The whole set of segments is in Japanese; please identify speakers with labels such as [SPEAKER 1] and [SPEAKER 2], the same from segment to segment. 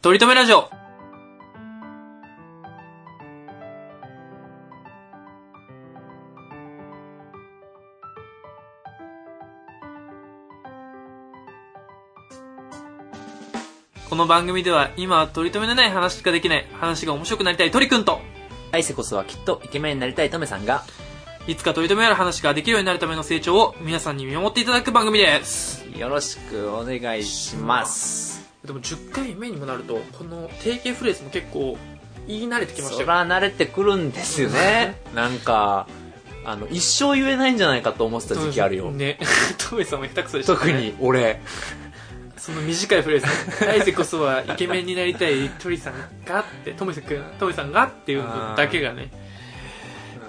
[SPEAKER 1] とりとめラジオこの番組では今は取り留めのない話しかできない話が面白くなりたい鳥くんと
[SPEAKER 2] アイセこそはきっとイケメンになりたいトメさんが、
[SPEAKER 1] いつか取り留めある話ができるようになるための成長を皆さんに見守っていただく番組です
[SPEAKER 2] よろしくお願いします。
[SPEAKER 1] でも10回目にもなるとこの定型フレーズも結構言い慣れてきました
[SPEAKER 2] そ
[SPEAKER 1] よ
[SPEAKER 2] ら慣れてくるんです よね。なんか、あの、一生言えないんじゃないかと思ってた時期あるよ。
[SPEAKER 1] ね。 トメさんも下手くそでしたね。
[SPEAKER 2] 特に 俺。
[SPEAKER 1] その短いフレーズ、ね、来世こそはイケメンになりたい鳥さんがって、トメさんくん、トメさんがっていうのだけがね、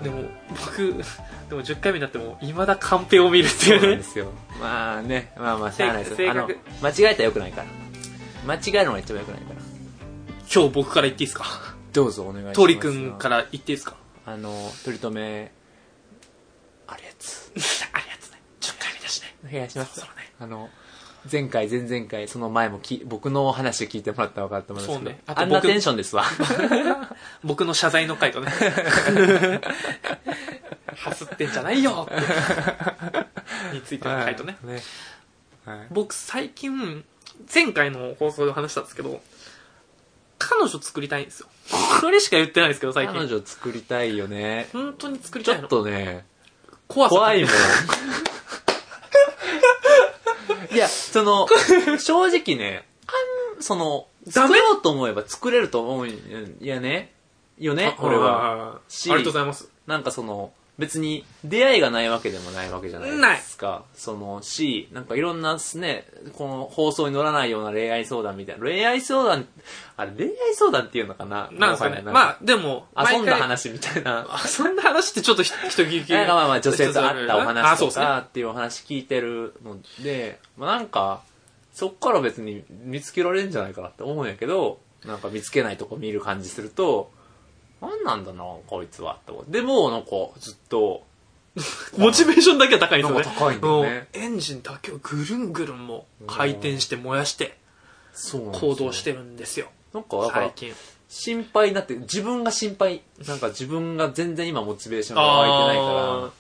[SPEAKER 1] でも僕、でも10回目になっても、いまだカンペを見るって
[SPEAKER 2] そうないん
[SPEAKER 1] う
[SPEAKER 2] で
[SPEAKER 1] ね。
[SPEAKER 2] すよ。まあね、まあまあしゃあないです
[SPEAKER 1] 性
[SPEAKER 2] よ。あ
[SPEAKER 1] 格
[SPEAKER 2] の、間違えたらよくないから。間違えるのが一番よくないから。
[SPEAKER 1] 今日僕から言っていいですか
[SPEAKER 2] どうぞお願いします。。
[SPEAKER 1] 鳥くんからら言っていいですか
[SPEAKER 2] あの、取り留め、あるやつ。
[SPEAKER 1] ありがとうね。10回目だしね。
[SPEAKER 2] お願いします。
[SPEAKER 1] そろそろね
[SPEAKER 2] あの、前回、前々回、その前もき、僕の話聞いてもらったら分かると思いますけ
[SPEAKER 1] そ
[SPEAKER 2] ど。
[SPEAKER 1] うねあと
[SPEAKER 2] あ
[SPEAKER 1] 僕
[SPEAKER 2] んなテンションですわ。
[SPEAKER 1] 僕の謝罪の回 とね。 はすってんじゃないよってについての回とね。
[SPEAKER 2] ね。はい。
[SPEAKER 1] 僕最近、前回の放送で話したんですけど、彼女作りたいんですよ。 それしか言ってないんですけど、最
[SPEAKER 2] 彼
[SPEAKER 1] 近。
[SPEAKER 2] 女作りたいよね。
[SPEAKER 1] 本当に作り
[SPEAKER 2] ち
[SPEAKER 1] た
[SPEAKER 2] ょ
[SPEAKER 1] い
[SPEAKER 2] っ
[SPEAKER 1] の。
[SPEAKER 2] とね、
[SPEAKER 1] 怖さ
[SPEAKER 2] 怖いもん。いや、その、正直ね、あん、その、
[SPEAKER 1] ダ
[SPEAKER 2] 作
[SPEAKER 1] メ
[SPEAKER 2] ろうと思えば作れると思うんやね。よね、俺は。
[SPEAKER 1] は。あ
[SPEAKER 2] し
[SPEAKER 1] りがとうございます。
[SPEAKER 2] なんかその、別に出会いがないわけでもないわけじゃないですか。その、し、なんかいろんなね、この放送に乗らないような恋愛相談みたいな。恋愛相談、あれ恋愛相談っていうのかな
[SPEAKER 1] なんですかね。
[SPEAKER 2] もはやなん
[SPEAKER 1] まあ、でも、
[SPEAKER 2] 遊んだ
[SPEAKER 1] 毎
[SPEAKER 2] 話みた いな。
[SPEAKER 1] 回。遊んだ話ってちょっと人聞き。
[SPEAKER 2] なんかまあまあ女性と会ったお
[SPEAKER 1] あ、
[SPEAKER 2] 話
[SPEAKER 1] そう
[SPEAKER 2] と
[SPEAKER 1] ですね。
[SPEAKER 2] かっていうお話聞いてるので、まあなんか、そっから別に見つけられるんじゃないかなって思うんやけど、なんか見つけないとこ見る感じすると、なんなんだな、こいつはって思う。でも、なんかずっと、
[SPEAKER 1] モチベーションだけは高いんですよね。
[SPEAKER 2] なんか高いんだよね
[SPEAKER 1] うんエンジンだけをぐるんぐるんもう回転して燃やして
[SPEAKER 2] そうなんですよ
[SPEAKER 1] 行動してるんですよ。
[SPEAKER 2] なんか、だから
[SPEAKER 1] 最、近。
[SPEAKER 2] 心配になって、自分が心配。なんか自分が全然今モチベーションが湧いてないから、あ
[SPEAKER 1] あー
[SPEAKER 2] の、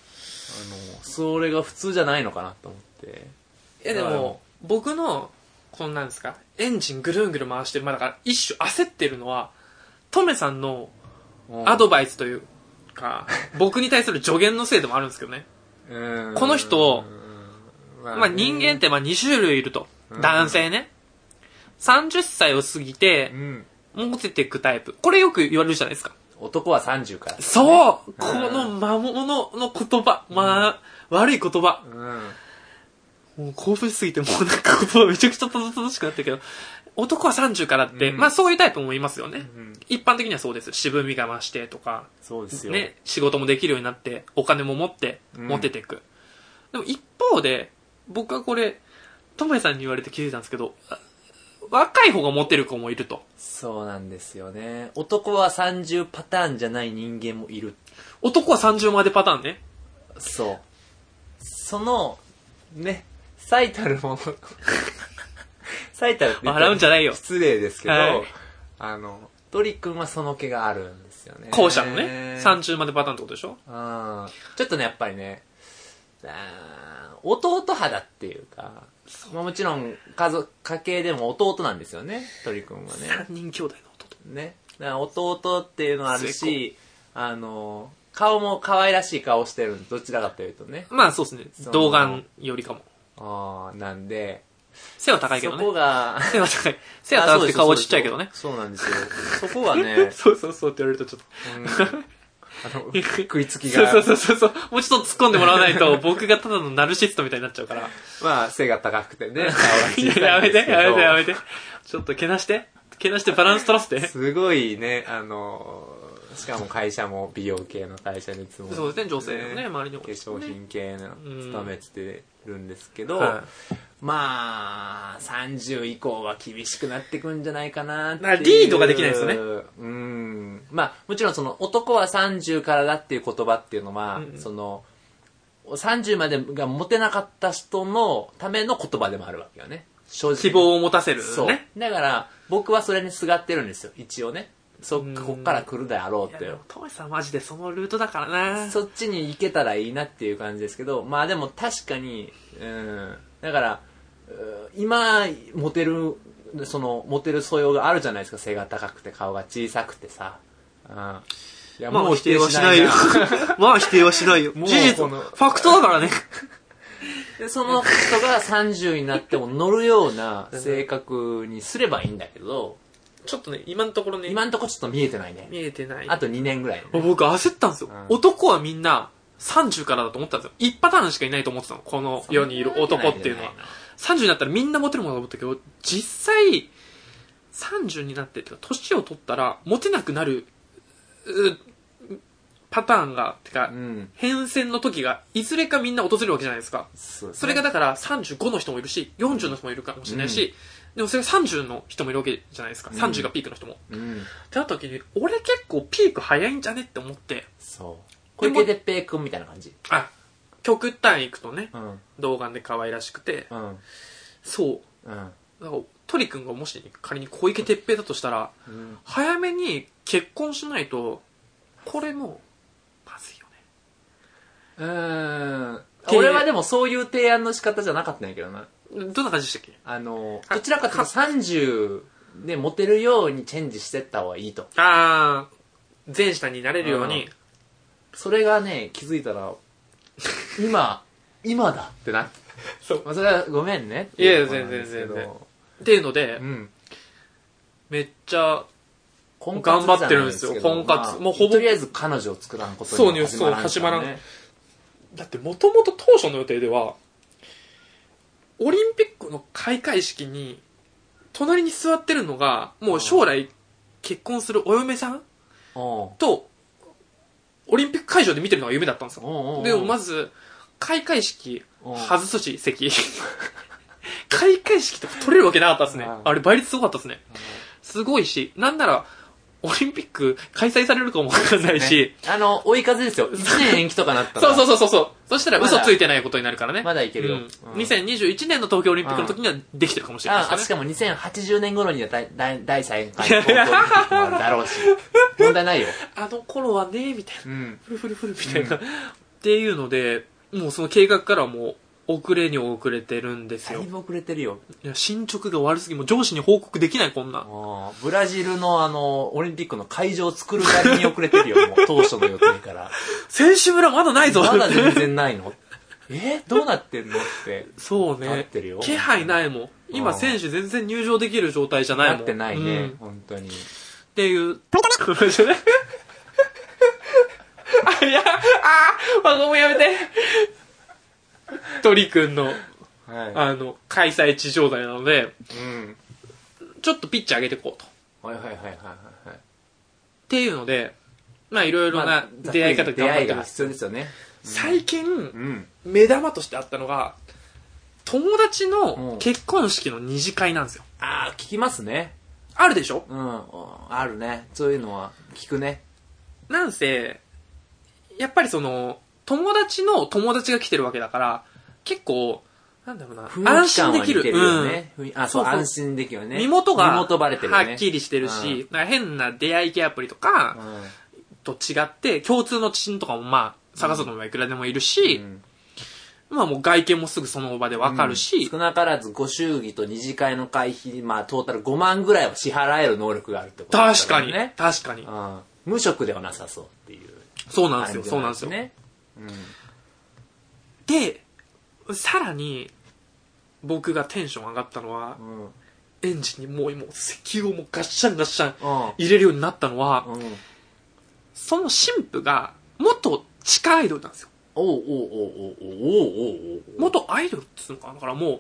[SPEAKER 2] それが普通じゃないのかなと思って。
[SPEAKER 1] いやでも、僕の、こんなんですか、エンジンぐるんぐる回してる、まあだから一種焦ってるのは、トメさんの
[SPEAKER 2] うん
[SPEAKER 1] アドバイスというか、僕に対する助言のせいでもあるんですけどね。
[SPEAKER 2] うん
[SPEAKER 1] この人
[SPEAKER 2] うん
[SPEAKER 1] まあ人間ってまあ2種類いると。男性ね。30歳を過ぎて
[SPEAKER 2] う、ん。
[SPEAKER 1] モテていくタイプ。これよく言われるじゃないですか。
[SPEAKER 2] 男は30から。
[SPEAKER 1] そうこの魔物の言葉。まあ、悪い言葉。
[SPEAKER 2] うん。
[SPEAKER 1] もう興奮しすぎて、もうなんか言葉めちゃくちゃ楽しくなったけど、男は30からって、
[SPEAKER 2] うん
[SPEAKER 1] まあそういうタイプもいますよね。
[SPEAKER 2] ん
[SPEAKER 1] 一般的にはそうです。渋みが増してとか、
[SPEAKER 2] そうですよ。
[SPEAKER 1] ね、仕事もできるようになって、お金も持って、
[SPEAKER 2] うん
[SPEAKER 1] 持てていく。でも一方で、僕はこれ、ともやさんに言われて気づいたんですけど、あ若い方がモテる子もいると。
[SPEAKER 2] そうなんですよね。男は30パターンじゃない人間もいる。
[SPEAKER 1] 男は30までパターンね。
[SPEAKER 2] そう。その、ね、最たる もの。最たるって言ったら
[SPEAKER 1] 笑うんじゃないよ
[SPEAKER 2] 失礼ですけど、
[SPEAKER 1] はい
[SPEAKER 2] あの、鳥くんはその気があるんですよね。
[SPEAKER 1] 後者のね、30までパターンってことでしょ
[SPEAKER 2] うん。ちょっとね、やっぱりね、あー弟肌っていうか、まあ、もちろん家族、家系でも弟なんですよね、鳥くんはね。
[SPEAKER 1] ?3 人兄弟の弟。
[SPEAKER 2] ね。だから弟っていうのある
[SPEAKER 1] 末
[SPEAKER 2] し、あの、顔も可愛らしい顔してるんで、どちらかというとね。
[SPEAKER 1] まあそうですね
[SPEAKER 2] そ。う
[SPEAKER 1] 童顔よりかも。
[SPEAKER 2] ああ、なんで、
[SPEAKER 1] 背は高いけど
[SPEAKER 2] そ
[SPEAKER 1] ね。
[SPEAKER 2] こが、
[SPEAKER 1] 背は高い。背は高くて顔はちっちゃいけどね。
[SPEAKER 2] そうなんですよ。そこがね、
[SPEAKER 1] そう そうそうって言われるとちょっと。
[SPEAKER 2] うん あの、食いつき
[SPEAKER 1] そう
[SPEAKER 2] が、
[SPEAKER 1] そうそうそう。もうちょっと突っ込んでもらわないと、僕がただのナルシストみたいになっちゃうから。
[SPEAKER 2] まあ、背が高くてね、
[SPEAKER 1] いややめて、やめて、やめ
[SPEAKER 2] て。
[SPEAKER 1] て。ちょっとけなして。けなしてバランス取らせ て。
[SPEAKER 2] すごいね、あの、しかも会社も美容系の会社にいつも。
[SPEAKER 1] そうですね、女性のね、周りにも。
[SPEAKER 2] 化粧品系
[SPEAKER 1] う
[SPEAKER 2] の
[SPEAKER 1] ん
[SPEAKER 2] 勤めてるんですけど、
[SPEAKER 1] は
[SPEAKER 2] まあ30以降は厳しくなってくんじゃないかなって
[SPEAKER 1] まあリードができないですよね
[SPEAKER 2] うんまあもちろんその男は30からだっていう言葉っていうのは、その30までがモテなかった人のための言葉でもあるわけよね正直
[SPEAKER 1] 希望を持たせる
[SPEAKER 2] そう、
[SPEAKER 1] ね。
[SPEAKER 2] だから僕はそれにすがってるんですよ一応ねそっか
[SPEAKER 1] うん
[SPEAKER 2] こっから来るであろうって
[SPEAKER 1] いやでもトモさんマジでそのルートだからな。
[SPEAKER 2] そっちに行けたらいいなっていう感じですけどまあでも確かにうんだからうん今モテるそのモテる素養があるじゃないですか背が高くて顔が小さくてさうんいや
[SPEAKER 3] まあ否定はしないよ。 まあ否定はしないよ。
[SPEAKER 2] もう
[SPEAKER 3] 事実、
[SPEAKER 2] こ
[SPEAKER 3] フ
[SPEAKER 2] の
[SPEAKER 3] ァクトだからね。
[SPEAKER 2] でその人が30になっても乗るような性格にすればいいんだけど
[SPEAKER 1] ちょっとね、今のところね、
[SPEAKER 2] 今んとこちょっと見えてないね
[SPEAKER 1] 見えてない。
[SPEAKER 2] あと2年ぐらいね
[SPEAKER 1] 僕焦ったんですよ、
[SPEAKER 2] うん
[SPEAKER 1] 男はみんな30からだと思ったんですよ。1パターンしかいないと思ってたの。この世にいる男っていうのは。30になったらみんなモテるものだと思ったけど、実際、30になってっていうか、年を取ったら、モテなくなる、うパターンが、てか、
[SPEAKER 2] うん
[SPEAKER 1] 変遷の時が、いずれかみんな訪れるわけじゃないですか。
[SPEAKER 2] そうですね
[SPEAKER 1] それがだから35の人もいるし、40の人もいるかもしれないし、でもそれが30の人もいるわけじゃないですか。
[SPEAKER 2] うん
[SPEAKER 1] 30がピークの人も。
[SPEAKER 2] うん
[SPEAKER 1] ってなった時に、俺結構ピーク早いんじゃねって思って、
[SPEAKER 2] そう小池徹平君みたいな感じ
[SPEAKER 1] あ、極端行くとね、
[SPEAKER 2] うん
[SPEAKER 1] 動画で可愛らしくて、
[SPEAKER 2] うん
[SPEAKER 1] そう、
[SPEAKER 2] うん
[SPEAKER 1] だから鳥くんがもし仮に小池徹平だとしたら、
[SPEAKER 2] うん
[SPEAKER 1] 早めに結婚しないと、これもう、まずいよね。
[SPEAKER 2] うん
[SPEAKER 1] て
[SPEAKER 2] 俺はでもそういう提案の仕方じゃなかったんやけどな
[SPEAKER 1] どんな感じでしたっけ
[SPEAKER 2] あの
[SPEAKER 1] あ
[SPEAKER 2] どちらかというと30でモテるようにチェンジしてった方がいいと
[SPEAKER 1] あー、前下になれるように、
[SPEAKER 2] それがね気づいたら今今だってな
[SPEAKER 1] そう
[SPEAKER 2] まあ、それはごめんね
[SPEAKER 1] いやいや全然全然っていうので、
[SPEAKER 2] うん
[SPEAKER 1] めっちゃ、
[SPEAKER 2] 婚
[SPEAKER 1] 頑張ってるんですよ
[SPEAKER 2] じゃないけど
[SPEAKER 1] 婚活
[SPEAKER 2] まあ
[SPEAKER 1] もうほぼ
[SPEAKER 2] とりあえず彼女を作らんこと
[SPEAKER 1] そうね
[SPEAKER 2] は
[SPEAKER 1] そう始まらん
[SPEAKER 2] からね
[SPEAKER 1] だってもともと当初の予定では、オリンピックの開会式に、隣に座ってるのが、もう将来結婚するお嫁さん
[SPEAKER 2] おう
[SPEAKER 1] と、オリンピック会場で見てるのが夢だったんですよ。
[SPEAKER 2] おうおうおう
[SPEAKER 1] でもまず、開会式、
[SPEAKER 2] うん
[SPEAKER 1] 外すし、席。 開会式とか取れるわけなかったですね。
[SPEAKER 2] うん
[SPEAKER 1] あれ倍率すごかったですね。すごいし、なんなら、オリンピック開催されるかもわかんないし、
[SPEAKER 2] あの追い風 ですよ1年延期とかなった
[SPEAKER 1] そ
[SPEAKER 2] ら
[SPEAKER 1] うそうそうそうそう。そしたら
[SPEAKER 2] まだ
[SPEAKER 1] 嘘ついてないことになるからね。
[SPEAKER 2] まだいけるよ、
[SPEAKER 1] うん
[SPEAKER 2] うん
[SPEAKER 1] 2021年の東京オリンピックの時にはできてるかもしれない
[SPEAKER 2] あ
[SPEAKER 1] で
[SPEAKER 2] し
[SPEAKER 1] す
[SPEAKER 2] か
[SPEAKER 1] よね。
[SPEAKER 2] も2080年頃には第第第3回の東京オリンピックもあるだろ うし問題ないよ、
[SPEAKER 1] あの頃はね、みたいな。
[SPEAKER 2] うん、
[SPEAKER 1] フルフルフルみたいな。っていうので、もうその計画からはもう遅れに遅れてるんです
[SPEAKER 2] だい
[SPEAKER 1] よ。
[SPEAKER 2] ぶ遅れてるよ
[SPEAKER 1] いや進捗が悪すぎ、もう上司に報告できない、こんなん。
[SPEAKER 2] もうブラジルのあのオリンピックの会場を作る割に遅れてるよもう当初の予 定から
[SPEAKER 1] 選手村まだないぞ
[SPEAKER 2] まだ全然ないのえどうなってんのって
[SPEAKER 1] そう
[SPEAKER 2] なっ
[SPEAKER 1] ね
[SPEAKER 2] てるよ。
[SPEAKER 1] 気配ないもん。今、
[SPEAKER 2] うん
[SPEAKER 1] 選手全然入場できる状態じゃ ないもん。
[SPEAKER 2] なってないね、
[SPEAKER 1] うんっ
[SPEAKER 2] 本当に
[SPEAKER 1] ていう。 あ、いや、あー、ワゴンやめて。鳥くんの、
[SPEAKER 2] は
[SPEAKER 1] あの、開催地状態なので、
[SPEAKER 2] い、うん、
[SPEAKER 1] ちょっとピッチ上げていこうと。っ
[SPEAKER 2] はいはいはいはいはいはい
[SPEAKER 1] ていうので、まあいろいろ
[SPEAKER 2] ま
[SPEAKER 1] な
[SPEAKER 2] あ
[SPEAKER 1] 出会い方
[SPEAKER 2] 出
[SPEAKER 1] 頑張
[SPEAKER 2] 会
[SPEAKER 1] っ
[SPEAKER 2] い
[SPEAKER 1] て
[SPEAKER 2] が
[SPEAKER 1] ます。
[SPEAKER 2] 必要ですよね
[SPEAKER 1] 最近、
[SPEAKER 2] うん
[SPEAKER 1] 目玉としてあったのが、友達
[SPEAKER 2] う
[SPEAKER 1] の
[SPEAKER 2] ん
[SPEAKER 1] 結婚式の二次会なんですよ。
[SPEAKER 2] ああ聞きますね
[SPEAKER 1] あるでしょ
[SPEAKER 2] うんあるねそういうのは聞くね
[SPEAKER 1] なんせ、やっぱりその、友達の友達が来てるわけだから、結構、なんだろうな、安心できる。
[SPEAKER 2] 雰囲気感は似てるよね、雰囲あそう
[SPEAKER 1] そうそう
[SPEAKER 2] 安心できるよ
[SPEAKER 1] うん
[SPEAKER 2] ね
[SPEAKER 1] 身元が、
[SPEAKER 2] 身元バレてるよね
[SPEAKER 1] はっきりしてる
[SPEAKER 2] うん
[SPEAKER 1] し、なんか変な出会い系アプリとか、と違って、共通の知人とかもまあ、探そうと思えばいくらでもいる
[SPEAKER 2] うん
[SPEAKER 1] し、
[SPEAKER 2] うん
[SPEAKER 1] まあもう外見もすぐその場でわかるし、
[SPEAKER 2] 少なからずご祝儀と二次会の会費まあトータル5万ぐらいは支払える能力があるってことだ
[SPEAKER 1] 確かに、
[SPEAKER 2] ね
[SPEAKER 1] 確かに。
[SPEAKER 2] うん無職ではなさそうっていう
[SPEAKER 1] そうなん
[SPEAKER 2] 感
[SPEAKER 1] で
[SPEAKER 2] じ
[SPEAKER 1] すよ、そ
[SPEAKER 2] ね
[SPEAKER 1] うなんですよ。
[SPEAKER 2] うん
[SPEAKER 1] で、さらに、僕がテンション上がったのは、
[SPEAKER 2] うん
[SPEAKER 1] エンジンにもう今、石油をもうガッシャンガッシャン
[SPEAKER 2] う
[SPEAKER 1] 入れるようになったのは、
[SPEAKER 2] んうん
[SPEAKER 1] その神父が、元地下アイドルなんですよ。
[SPEAKER 2] おうおうおうおうおうおうおうおう
[SPEAKER 1] 元アイドルっつうのかなだからもう、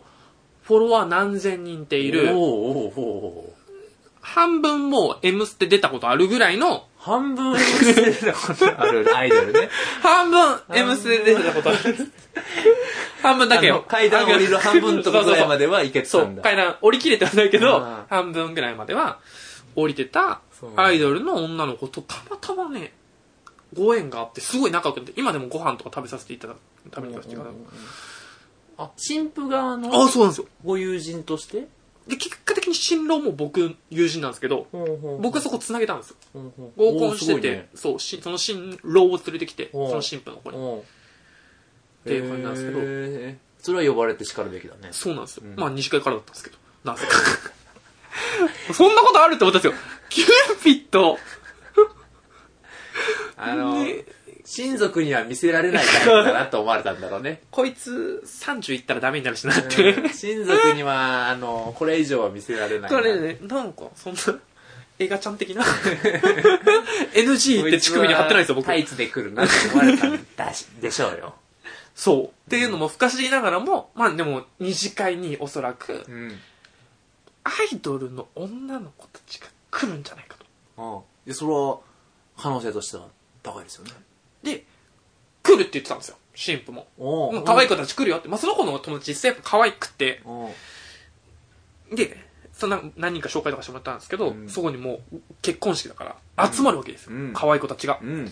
[SPEAKER 1] フォロワー何千人ってい
[SPEAKER 2] おう
[SPEAKER 1] る、
[SPEAKER 2] おうおうおう
[SPEAKER 1] 半分もう M ステ出たことあるぐらいの、
[SPEAKER 2] 半分 M ステなことある アイドルね。
[SPEAKER 1] 半分 M ステ出た ことある。半分だけ
[SPEAKER 2] あの
[SPEAKER 1] よ。
[SPEAKER 2] 階段降りる半分とかぐらいま
[SPEAKER 1] で。
[SPEAKER 2] ではいけて
[SPEAKER 1] そ
[SPEAKER 2] た
[SPEAKER 1] う、
[SPEAKER 2] んだ。
[SPEAKER 1] 階段降りきれてはないけど
[SPEAKER 2] うん、
[SPEAKER 1] 半分ぐらいまでは降りてた
[SPEAKER 2] そう
[SPEAKER 1] アイドルの女の子とたまたまね、ご縁があって、すごい仲良くなって、今でもご飯とか食べさせていただく、食べに行かせていただく。
[SPEAKER 2] あ、新婦側
[SPEAKER 3] あ
[SPEAKER 2] の
[SPEAKER 3] あ、そうなんですよ。
[SPEAKER 2] ご友人として
[SPEAKER 1] で、結果的に新郎も僕、友人なんですけど、僕
[SPEAKER 2] 僕
[SPEAKER 1] はそこ繋げたんですよ。合
[SPEAKER 2] 合
[SPEAKER 1] コンしてて、そう、しその新郎を連れてきて、
[SPEAKER 2] おう
[SPEAKER 1] その新婦の子に。
[SPEAKER 2] って
[SPEAKER 1] いう感じなんですけど
[SPEAKER 2] それは呼ばれて叱るべきだね
[SPEAKER 1] そうなんですよ。
[SPEAKER 2] うん
[SPEAKER 1] まあ、二次会からだったんですけど、なぜか。 そんなことあるって思ったんですよ。キューピット。
[SPEAKER 2] あの
[SPEAKER 1] ね
[SPEAKER 2] 親族には見せられないタイプだなと思われたんだろうね
[SPEAKER 1] こいつ、30いったらダメになるしな
[SPEAKER 2] う
[SPEAKER 1] っ
[SPEAKER 2] ん
[SPEAKER 1] て。
[SPEAKER 2] 親族にはあのこれ以上は見せられない
[SPEAKER 1] だからね、なんか、そんな、映画ちゃん 的な。NG って乳首に貼ってないんですよ、僕
[SPEAKER 2] タ。イツで来るなって思われたんだしでしょうよ
[SPEAKER 1] そう。っていうのも不可思議ながらも、まあでも、二次会におそらく、
[SPEAKER 2] うん
[SPEAKER 1] アイドルの女の子たちが来るんじゃないかと。
[SPEAKER 2] でそれは可能性としては高いですよね
[SPEAKER 1] で、来るって言ってたんですよ、新婦も。
[SPEAKER 2] お
[SPEAKER 1] もう可愛い子たち来るよって。まあその子の友達実際やっぱ可愛くて、
[SPEAKER 2] お
[SPEAKER 1] で、そんな何人か紹介とかしてもらったんですけど、
[SPEAKER 2] うん
[SPEAKER 1] そこにもう結婚式だから集まるわけですよ。
[SPEAKER 2] うん
[SPEAKER 1] 可愛い子たちが。
[SPEAKER 2] うん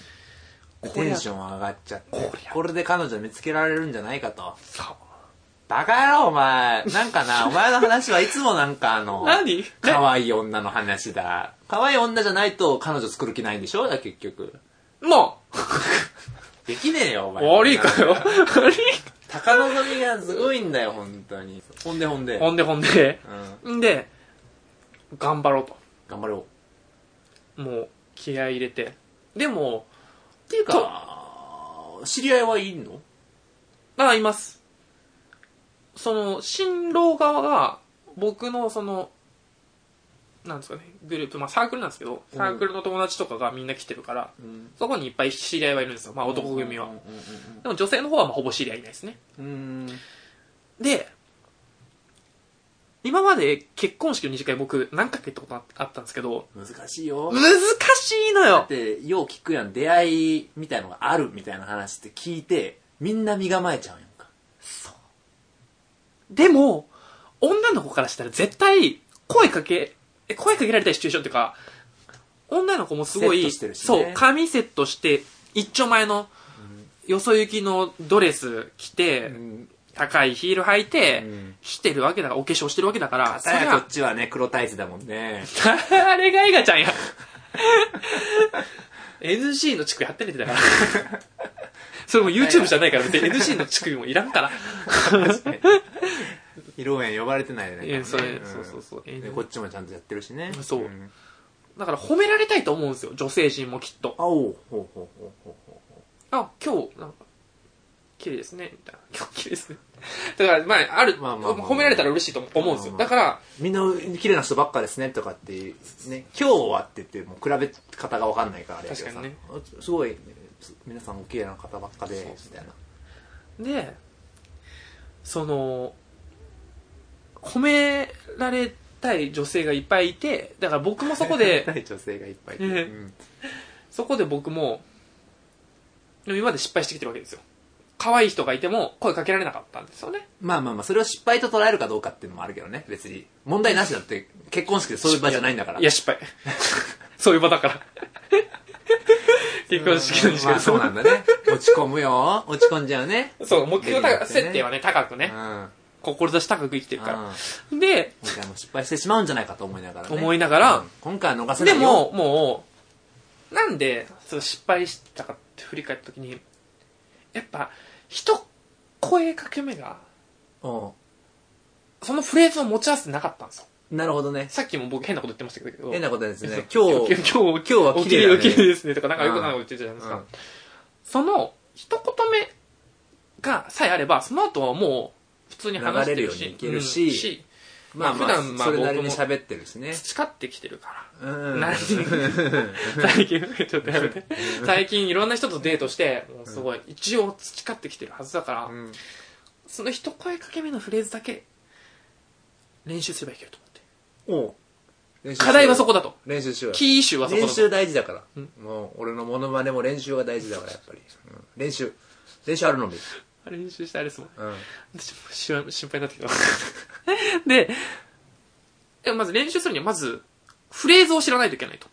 [SPEAKER 1] こ
[SPEAKER 2] テ
[SPEAKER 1] れ
[SPEAKER 2] ンション上がっちゃって
[SPEAKER 1] こりゃ
[SPEAKER 2] これで彼女見つけられるんじゃないかと
[SPEAKER 1] さ
[SPEAKER 2] バカ野郎お前なん かなお前の話はいつもなんかあの
[SPEAKER 1] 何
[SPEAKER 2] 可愛い女の話だ可愛い女じゃないと彼女作る気ないんでしょだ結局
[SPEAKER 1] ま
[SPEAKER 2] できねえよお
[SPEAKER 1] あ、
[SPEAKER 2] 前
[SPEAKER 1] 悪いかよ。悪い
[SPEAKER 2] 高望みがすごいんだよ本当にほんでほんで
[SPEAKER 1] ほんでほんで。
[SPEAKER 2] うん
[SPEAKER 1] んで、頑張ろうと。
[SPEAKER 2] 頑張ろ
[SPEAKER 1] もう、気合い入れて。でも、
[SPEAKER 2] うっていうか知り合いはいんの
[SPEAKER 1] あ、います。その、新郎側が、僕のその、なんですかね、グループ、まあサークルなんですけど、
[SPEAKER 2] うん
[SPEAKER 1] サークルの友達とかがみんな来てるから、
[SPEAKER 2] うん
[SPEAKER 1] そこにいっぱい知り合いはいるんですよ。まあ男組は
[SPEAKER 2] うん。
[SPEAKER 1] でも女性の方はまあほぼ知り合いいないですね。
[SPEAKER 2] うんうんうん
[SPEAKER 1] で、今まで結婚式の二次会僕何回か行ったことああったんですけど、
[SPEAKER 2] うん難しいよ
[SPEAKER 1] 難しいの
[SPEAKER 2] だっ
[SPEAKER 1] よ
[SPEAKER 2] てよう聞くやん出会いみたいのがあるみたいな話って聞いてみんな身構えちゃうやんか
[SPEAKER 1] でも、女の子からしたら絶対、声かけ、え声かけられたいシチュエーションっていうか、女の子もすご
[SPEAKER 2] セッ
[SPEAKER 1] い、
[SPEAKER 2] トしてるしね
[SPEAKER 1] そう、髪セットして、一丁前の、よそ行きのドレス着て、
[SPEAKER 2] ん
[SPEAKER 1] 高いヒール履いて、
[SPEAKER 2] うん
[SPEAKER 1] 来てるわけだから、お化粧してるわけだから、そ
[SPEAKER 2] さ
[SPEAKER 1] り
[SPEAKER 2] やこ
[SPEAKER 1] ゃ
[SPEAKER 2] っ、ちはね黒タイツだもん ね
[SPEAKER 1] あれがエガちゃんや。NG の乳首貼ってねてだから。 それも YouTube じゃないから、別に NG の乳首もいらんから。
[SPEAKER 2] 披露宴呼ばれてないよね
[SPEAKER 1] いやそれ
[SPEAKER 2] ん
[SPEAKER 1] そうそうそう
[SPEAKER 2] でこっちもちゃんとやってるしね
[SPEAKER 1] そうんだから褒められたいと思うんですよ、女性陣もきっと。
[SPEAKER 2] あおうほうほうほうほうほ
[SPEAKER 1] あ、今日、なんか、綺麗ですね、みたいな。 今日綺麗ですね。だから、まあ、ある、
[SPEAKER 2] まあまあまあ
[SPEAKER 1] 褒められたら嬉しいと思うんですよ。
[SPEAKER 2] まあま
[SPEAKER 1] だ
[SPEAKER 2] あ
[SPEAKER 1] から、
[SPEAKER 2] うみんな綺麗な人ばっかですねとかってね今日はって言ってもう比べ方が分かんないからあれやけどさ
[SPEAKER 1] 確
[SPEAKER 2] あすごいす皆さんお綺麗な方ばっかで
[SPEAKER 1] そう
[SPEAKER 2] みたいな
[SPEAKER 1] で、その、褒められたい女性がいっぱいいて、だから僕もそこ で、
[SPEAKER 2] 女性がいっぱいいて、
[SPEAKER 1] ね
[SPEAKER 2] うん
[SPEAKER 1] そこで僕も、でも今まで失敗してきてるわけですよ。可愛い人がいても声かけられなかったんですよね。
[SPEAKER 2] まあまあまあ、それを失敗と捉えるかどうかっていうのもあるけどね、別に。問題なしだって、結婚式でそういう場じゃないんだから。
[SPEAKER 1] いや、失敗。 そういう場だから。結婚式の時
[SPEAKER 2] ま
[SPEAKER 1] 間
[SPEAKER 2] あそうなんだね。落ち込むよ。落ち込んじゃうね。
[SPEAKER 1] そう、目標高、
[SPEAKER 2] ね
[SPEAKER 1] 設定はね、高く
[SPEAKER 2] うん。
[SPEAKER 1] ね、
[SPEAKER 2] うん。
[SPEAKER 1] 志高く生きてるか
[SPEAKER 2] 今
[SPEAKER 1] ら。で、
[SPEAKER 2] 回も失敗してしまうんじゃないかと思いながらね。
[SPEAKER 1] 思いながら
[SPEAKER 2] うん今回は逃せな
[SPEAKER 1] で
[SPEAKER 2] いよ。
[SPEAKER 1] も、もう、なんで、その失敗したかって振り返った時に、やっぱ、一声かけ目が、
[SPEAKER 2] も、
[SPEAKER 1] そのフレーズを持ち合わせてなかったんですよ。
[SPEAKER 2] なるほどね。
[SPEAKER 1] さっきも僕変なこと言ってましたけど。
[SPEAKER 2] 変なことですね。
[SPEAKER 1] そ
[SPEAKER 2] 今
[SPEAKER 1] う
[SPEAKER 2] 日、
[SPEAKER 1] 今日、今日
[SPEAKER 2] 今日は
[SPEAKER 1] お
[SPEAKER 2] 綺
[SPEAKER 1] きれい
[SPEAKER 2] 麗
[SPEAKER 1] おきれい
[SPEAKER 2] だね。
[SPEAKER 1] ですねとか、なんかよくないこと言ってるじゃないですか。その、一言目がさえあれば、その後はもう、普通に話してるし。
[SPEAKER 2] 流れるようにいけるし
[SPEAKER 1] うん
[SPEAKER 2] まあま
[SPEAKER 1] まあ
[SPEAKER 2] あ
[SPEAKER 1] 普段、まあ
[SPEAKER 2] それなりに
[SPEAKER 1] 僕も
[SPEAKER 2] 喋ってるしね。
[SPEAKER 1] 培ってきてるから。
[SPEAKER 2] うん
[SPEAKER 1] なるほど最近、ちょっとやめて。最近いろんな人とデートして、もうすごい、一応培ってきてるはずだから、
[SPEAKER 2] うん
[SPEAKER 1] その一声かけ目のフレーズだけ、練習すればいけると思って。
[SPEAKER 2] おう練習しよう
[SPEAKER 1] 課題はそこだと。
[SPEAKER 2] 練習しようよ。
[SPEAKER 1] キーイシューはそこだ
[SPEAKER 2] 練
[SPEAKER 1] と。
[SPEAKER 2] 習大事だから、
[SPEAKER 1] うん
[SPEAKER 2] もう俺のモノマネも練習が大事だからやっぱり、うん練習練習あるのみ、
[SPEAKER 1] 練習してあれですもん。
[SPEAKER 2] うん、
[SPEAKER 1] 私も心配心配にな ってきた。で、でもまず練習するには、まず、フレーズを知らないといけないと。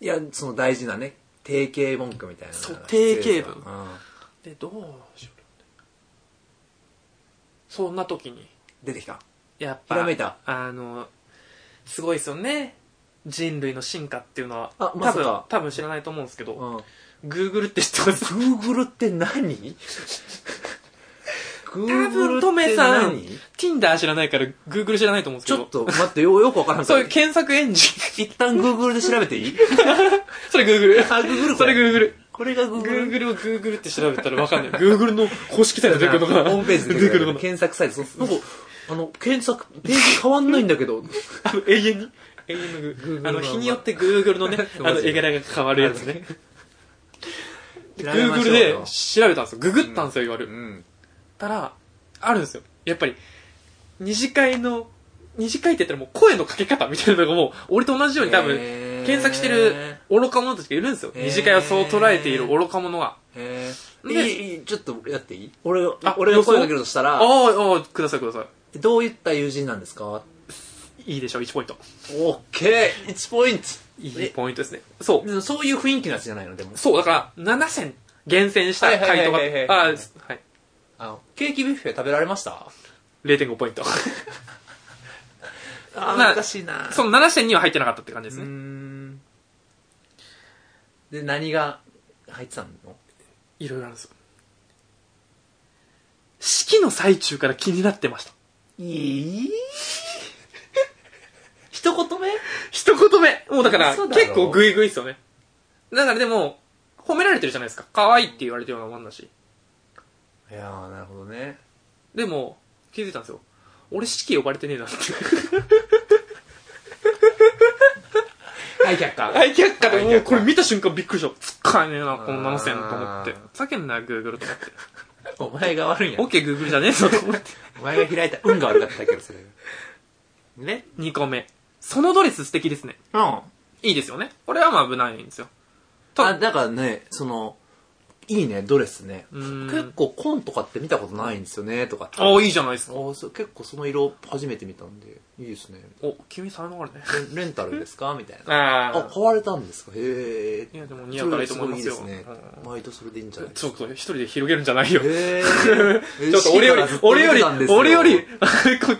[SPEAKER 2] いやその大事なね定型文句みたいなのが
[SPEAKER 1] そう定型文
[SPEAKER 2] うん
[SPEAKER 1] で、どうしよう。そんな時に
[SPEAKER 2] 出てきた。
[SPEAKER 1] やっぱ
[SPEAKER 2] ひらめいた
[SPEAKER 1] あのすごいですよね人類の進化っていうのは
[SPEAKER 2] あま
[SPEAKER 1] 多
[SPEAKER 2] さ
[SPEAKER 1] 分
[SPEAKER 2] か
[SPEAKER 1] 多分知らないと思うんですけ
[SPEAKER 2] う
[SPEAKER 1] ど、
[SPEAKER 2] ん。
[SPEAKER 1] Google って知ってます
[SPEAKER 2] Google って 何
[SPEAKER 1] 分トメさん Tinder 知らないから Google 知らないと思うんです
[SPEAKER 2] ち
[SPEAKER 1] け
[SPEAKER 2] ょ
[SPEAKER 1] ど
[SPEAKER 2] っと待って、よ、よくわからんけ
[SPEAKER 1] そうい
[SPEAKER 2] ど
[SPEAKER 1] う。検索エン ジン
[SPEAKER 2] 一旦 Google で調べていい
[SPEAKER 1] それ Google
[SPEAKER 2] あ、Google
[SPEAKER 1] それ Google
[SPEAKER 2] これが Google。
[SPEAKER 1] Google を Google って調べたらわか んない Google の公式サイト出てくるのかな
[SPEAKER 2] ホームページで
[SPEAKER 1] 出てくるのか
[SPEAKER 2] 検索サイト、そうなんか、あの、検索、ページ変わんないんだけど。
[SPEAKER 1] なあの永遠に永遠 の Google あの日によって Google のね あの絵柄が変わるやつ ね Google で調べたんですよググったんですよ言われ
[SPEAKER 2] う
[SPEAKER 1] る
[SPEAKER 2] ん。
[SPEAKER 1] たらあるんですよやっぱり二次会の二次会って言ったらもう声のかけ方みたいなのがもう俺と同じように多分
[SPEAKER 2] へー
[SPEAKER 1] 検索してる愚か者たちがいるんですよ
[SPEAKER 2] へー
[SPEAKER 1] 二次会をそう捉えている愚か者が
[SPEAKER 2] へー
[SPEAKER 1] で
[SPEAKER 2] いいいい、ちょっとやっていい俺が
[SPEAKER 1] あ、
[SPEAKER 2] 俺が声かけるとした
[SPEAKER 1] あ
[SPEAKER 2] ら、
[SPEAKER 1] あああくださいくださ
[SPEAKER 2] どういった友人なんですか
[SPEAKER 1] いいいでしょう1ポイント
[SPEAKER 2] オッケー !1 ポイント
[SPEAKER 1] いいポイントですねそう
[SPEAKER 2] でもそういう雰囲気のやつじゃないのでも。
[SPEAKER 1] そう、だから、7選厳選した
[SPEAKER 2] はいはいはい
[SPEAKER 1] 回答が
[SPEAKER 2] はいはい、
[SPEAKER 1] あ、はい。
[SPEAKER 2] あの、ケーキビュッフェ食べられました
[SPEAKER 1] 0.5ポイント。
[SPEAKER 2] あ
[SPEAKER 1] まあ
[SPEAKER 2] ー、おかしいな
[SPEAKER 1] その7選には入ってなかったって感じで
[SPEAKER 2] です
[SPEAKER 1] ね。
[SPEAKER 2] ね。で、何が入ってたの
[SPEAKER 1] いろいろあるんですよ。式の最中から気になってました。
[SPEAKER 2] いい一言目
[SPEAKER 1] 一言目もうだから、
[SPEAKER 2] 嘘だろ
[SPEAKER 1] 結構グイグイっすよね。だからでも、褒められてるじゃないですか。可愛いって言われてるようなもんだし。
[SPEAKER 2] いやー、なるほどね。
[SPEAKER 1] でも、気づいたんですよ。俺式呼ばれてねえなって。
[SPEAKER 2] はい、却下。
[SPEAKER 1] 大却下で、
[SPEAKER 2] はい
[SPEAKER 1] もう
[SPEAKER 2] 却下
[SPEAKER 1] これ見た瞬間びっくりした。使えねえな、この7選と思って
[SPEAKER 2] あ。
[SPEAKER 1] ふざけんなよ、Google と思って。
[SPEAKER 2] お前が悪いんや。
[SPEAKER 1] OK、Google じゃねえぞと思 って。
[SPEAKER 2] お前が開いた運が悪かったけど、それ。 ね
[SPEAKER 1] 2個目。そのドレス素敵ですね。
[SPEAKER 2] うん。あ、
[SPEAKER 1] いいですよね。これはまあ無難いんですよ。と
[SPEAKER 2] だからね、その、いいね、ドレスね。
[SPEAKER 1] うーん
[SPEAKER 2] 結構紺とかって見たことないんですよね、とかって。
[SPEAKER 1] ああ、いいじゃないですか。
[SPEAKER 2] おそう結構その色初めて見たんで、いいですね。
[SPEAKER 1] お、君才能あるね。
[SPEAKER 2] レンレンタルですかみたいな。
[SPEAKER 1] あ
[SPEAKER 2] あ、買われたんですかへ
[SPEAKER 1] い
[SPEAKER 2] え。
[SPEAKER 1] やでも似合うからいいと思いますよ
[SPEAKER 2] それすごいいいですね。毎度それでいいんじゃないです
[SPEAKER 1] ちょ
[SPEAKER 2] か
[SPEAKER 1] っと一人で広げるんじゃないよ。
[SPEAKER 2] へえ。
[SPEAKER 1] ちょっと俺より、俺より、俺より、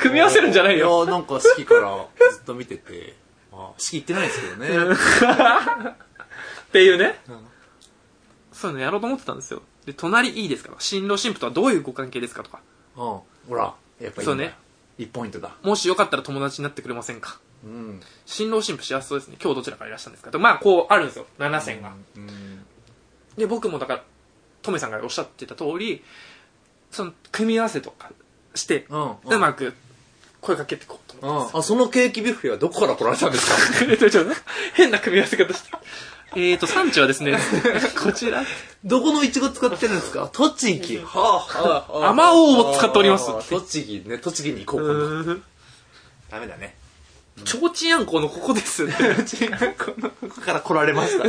[SPEAKER 1] 組み合わせるんじゃない
[SPEAKER 2] い
[SPEAKER 1] よ。
[SPEAKER 2] や、なんか式からずっと見てて。あ、式行ってないですけどね。
[SPEAKER 1] っていうね
[SPEAKER 2] ん。
[SPEAKER 1] そういうのやろうと思ってたんですよ。で、隣いいですかとか新郎新婦とはどういうご関係ですかとか。
[SPEAKER 2] うん。ほら、やっぱり。
[SPEAKER 1] そうね。
[SPEAKER 2] 1ポイントだ。
[SPEAKER 1] もしよかったら友達になってくれませんか
[SPEAKER 2] うん。
[SPEAKER 1] 新郎新婦幸せそうですね。今日どちらからいらっしゃるんですかとまあ、こうあるんですよ。7選が。
[SPEAKER 2] うん。
[SPEAKER 1] で僕もだからトメさんがおっしゃってた通りその組み合わせとかして、
[SPEAKER 2] う。
[SPEAKER 1] うんまく声かけていこうと
[SPEAKER 2] う
[SPEAKER 1] 思
[SPEAKER 2] ん。あ、そのケーキビュッフェはどこから来られたんですか
[SPEAKER 1] って、 ちょっと変な組み合わせ方して えーと産地はですね こちら
[SPEAKER 2] どこのイチゴ使ってるんですか栃木。はあ、はあ。
[SPEAKER 1] 甘王を使っております
[SPEAKER 2] 栃木ね、栃木に行こ
[SPEAKER 1] う
[SPEAKER 2] うかな。
[SPEAKER 1] ーん
[SPEAKER 2] ダメだ ね。
[SPEAKER 1] ちょうちんあんこのここですって
[SPEAKER 2] うちこの、ここから来られました。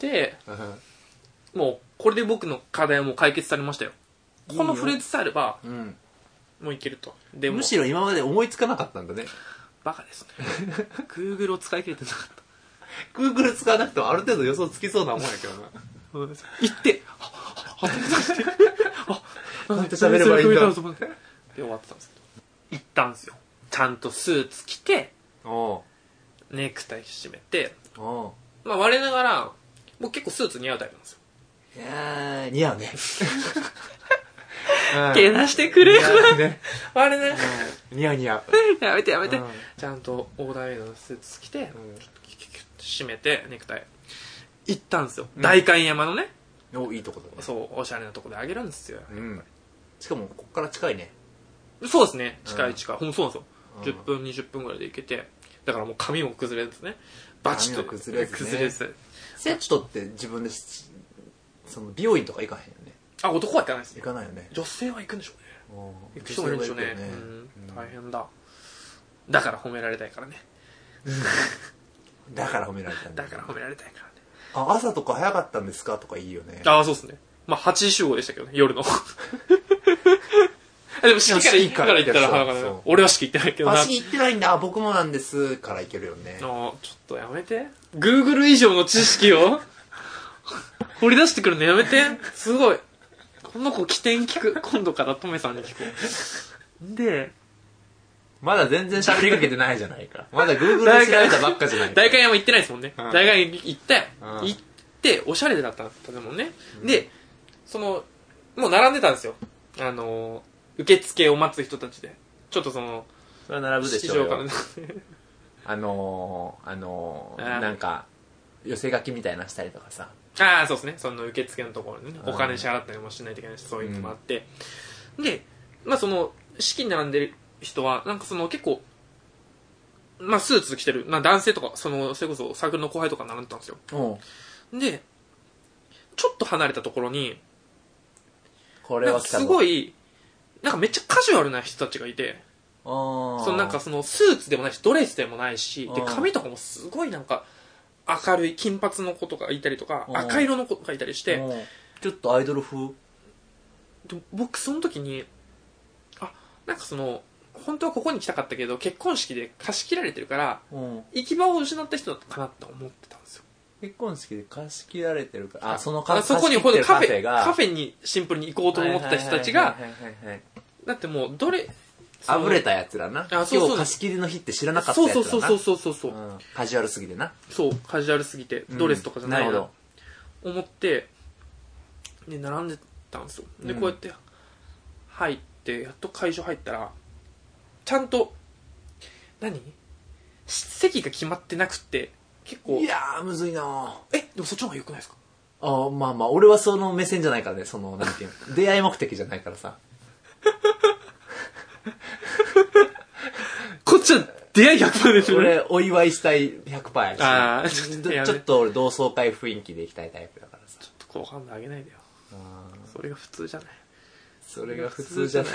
[SPEAKER 1] でもうこれで僕の課題はもう解決されましたよこのフレーズさえあれば
[SPEAKER 2] うん。
[SPEAKER 1] もういけるとでも
[SPEAKER 2] むしろ今まで思いつかなかったんだね。
[SPEAKER 1] バカですね Google を使い切れてなかった
[SPEAKER 2] Google 使わなくてもある程度予想つきそうなもんやけどな。
[SPEAKER 1] 言って
[SPEAKER 2] なんて喋ればいいんだ。
[SPEAKER 1] で終わってたんですけど行ったんですよちゃんとスーツ着て
[SPEAKER 2] お
[SPEAKER 1] ネクタイ締めて
[SPEAKER 2] うお
[SPEAKER 1] まあ我ながら僕結構スーツ似合うタイプなんですよ
[SPEAKER 2] ういやー、似 合うね。
[SPEAKER 1] けなしてくれよ
[SPEAKER 2] 似合うね。
[SPEAKER 1] 我なが
[SPEAKER 2] うん似合う似合う。
[SPEAKER 1] ら やめてやめて
[SPEAKER 2] うん
[SPEAKER 1] ちゃんとオーダーメイドのスーツ着て
[SPEAKER 2] ん
[SPEAKER 1] キュキュキュッと締めてネクタイ行ったんですよ代官山のね
[SPEAKER 2] お、いいとこだね。
[SPEAKER 1] そうおしゃれなとこであげるんですよ
[SPEAKER 2] うん。しかも、こっから近いね。
[SPEAKER 1] そうですね近い近いほんそうなんですよ
[SPEAKER 2] うん
[SPEAKER 1] 10分20分ぐらいで行けてだからもう髪も崩れずねバチッと
[SPEAKER 2] 髪も崩れずね
[SPEAKER 1] 崩れず
[SPEAKER 2] セットって自分でし、その、美容院とか行かへんよね。
[SPEAKER 1] あ男は行かないですね
[SPEAKER 2] 行かないよね。
[SPEAKER 1] 女性は行くんでしょうね
[SPEAKER 2] うん
[SPEAKER 1] 行く人もいるんでしょうね
[SPEAKER 2] 女性は行くよ
[SPEAKER 1] うん、大変だだから褒められたいからね
[SPEAKER 2] うんだから褒められたん
[SPEAKER 1] だから褒
[SPEAKER 2] め
[SPEAKER 1] められたいからね
[SPEAKER 2] あ、朝とか早かったんですかとかいいよね。
[SPEAKER 1] ああそうですねまあ8時集合でしたけどね夜の あでも式から
[SPEAKER 2] 式から
[SPEAKER 1] 行ったら早かった
[SPEAKER 2] そうそう
[SPEAKER 1] 俺は式行ってないけどな
[SPEAKER 2] あ、
[SPEAKER 1] あ
[SPEAKER 2] 式行ってないんだ。あ僕もなんです。から行けるよね。
[SPEAKER 1] のちょっとやめて Google 以上の知識を掘り出してくるのやめてすごいこの子起点聞く。今度からトメさんに聞こう。で、
[SPEAKER 2] まだ全然喋りかけてないじゃないか。 まだ Google で調べたばっかじゃないか。
[SPEAKER 1] 大観山行ってないですもんね。
[SPEAKER 2] うん
[SPEAKER 1] 大観山行ったよ。
[SPEAKER 2] うん
[SPEAKER 1] 行って、おしゃれだったんだもんね。で、その、もう並んでたんですよ。あの、受付を待つ人たちで。ちょっとその、
[SPEAKER 2] それは並ぶで
[SPEAKER 1] 市
[SPEAKER 2] しょ
[SPEAKER 1] 場
[SPEAKER 2] う
[SPEAKER 1] から
[SPEAKER 2] よ
[SPEAKER 1] ね。
[SPEAKER 2] あのー、あの
[SPEAKER 1] あ
[SPEAKER 2] ー、
[SPEAKER 1] ー
[SPEAKER 2] なんか、寄せ書きみたいなしたりとかさ。
[SPEAKER 1] ああ、そうですね。その受付のところにね、
[SPEAKER 2] うん
[SPEAKER 1] お金支払ったりもしないといけないし、そういうのもあって。で、まあその、式に並んでる人は、なんかその結構、まあスーツ着てる、まあ男性とか、その、それこそサークルの後輩とか並んでたんですよ。
[SPEAKER 2] うん。
[SPEAKER 1] で、ちょっと離れたところに、
[SPEAKER 2] これ
[SPEAKER 1] なんか
[SPEAKER 2] は来た
[SPEAKER 1] す
[SPEAKER 2] ぞ
[SPEAKER 1] ご。い、なんかめっちゃカジュアルな人たちがいて、
[SPEAKER 2] そ
[SPEAKER 1] そのなんか、そのスーツでもないし、ドレスでもないし、で、
[SPEAKER 2] うん
[SPEAKER 1] 髪とかもすごいなんか、明るい金髪の子とかいたりとか
[SPEAKER 2] う、ん
[SPEAKER 1] 赤色の子とかいたりして、
[SPEAKER 2] うん、ちょっとアイドル風
[SPEAKER 1] でも僕その時にあなんかその本当はここに来たかったけど結婚式で貸し切られてるから
[SPEAKER 2] うん。
[SPEAKER 1] 行き場を失った人だったかなって思ってたんですよ
[SPEAKER 2] 結婚式で貸し切られてるから、あ、その
[SPEAKER 1] あ
[SPEAKER 2] か
[SPEAKER 1] そこに
[SPEAKER 2] 貸し切ってる
[SPEAKER 1] カ
[SPEAKER 2] カ
[SPEAKER 1] フ
[SPEAKER 2] フ
[SPEAKER 1] ェ
[SPEAKER 2] ェ
[SPEAKER 1] カ
[SPEAKER 2] が、
[SPEAKER 1] フェにシンプルに行こうと思ってた人たちが
[SPEAKER 2] はいはいはいはいはいはい、
[SPEAKER 1] だってもうどれ
[SPEAKER 2] あぶれ
[SPEAKER 1] た
[SPEAKER 2] たやつらな。
[SPEAKER 1] あそうそう
[SPEAKER 2] 今日貸し切りの日って知らなかった
[SPEAKER 1] そ
[SPEAKER 2] や
[SPEAKER 1] う
[SPEAKER 2] つ
[SPEAKER 1] そ
[SPEAKER 2] ら
[SPEAKER 1] う
[SPEAKER 2] な。
[SPEAKER 1] そうそうそうそうそう、
[SPEAKER 2] うんカジュアルすぎてな。
[SPEAKER 1] そうカジュアルすぎてドレスとかじゃない
[SPEAKER 2] う
[SPEAKER 1] な
[SPEAKER 2] んる
[SPEAKER 1] と
[SPEAKER 2] ほ
[SPEAKER 1] 思って、で並んでたんですよで
[SPEAKER 2] うん
[SPEAKER 1] こうやって入ってやっと会場入ったらちゃんと何席が決まってなくて結
[SPEAKER 2] ど
[SPEAKER 1] 構
[SPEAKER 2] いやー、むずいなー
[SPEAKER 1] えでもそっちの方が良くないですか
[SPEAKER 2] あまあまあ、俺はその目線じゃないからね、その、なんていう の。出会い目的じゃないからさ。
[SPEAKER 1] こっちは出会い100%ですよね
[SPEAKER 2] 俺、お祝いしたい100%やし。
[SPEAKER 1] あーちょっとやめ
[SPEAKER 2] ちょっと俺、同窓会雰囲気で行きたいタイプだからさ。
[SPEAKER 1] 好感度上げないでよそれが普通じゃない
[SPEAKER 2] それが普通じゃない。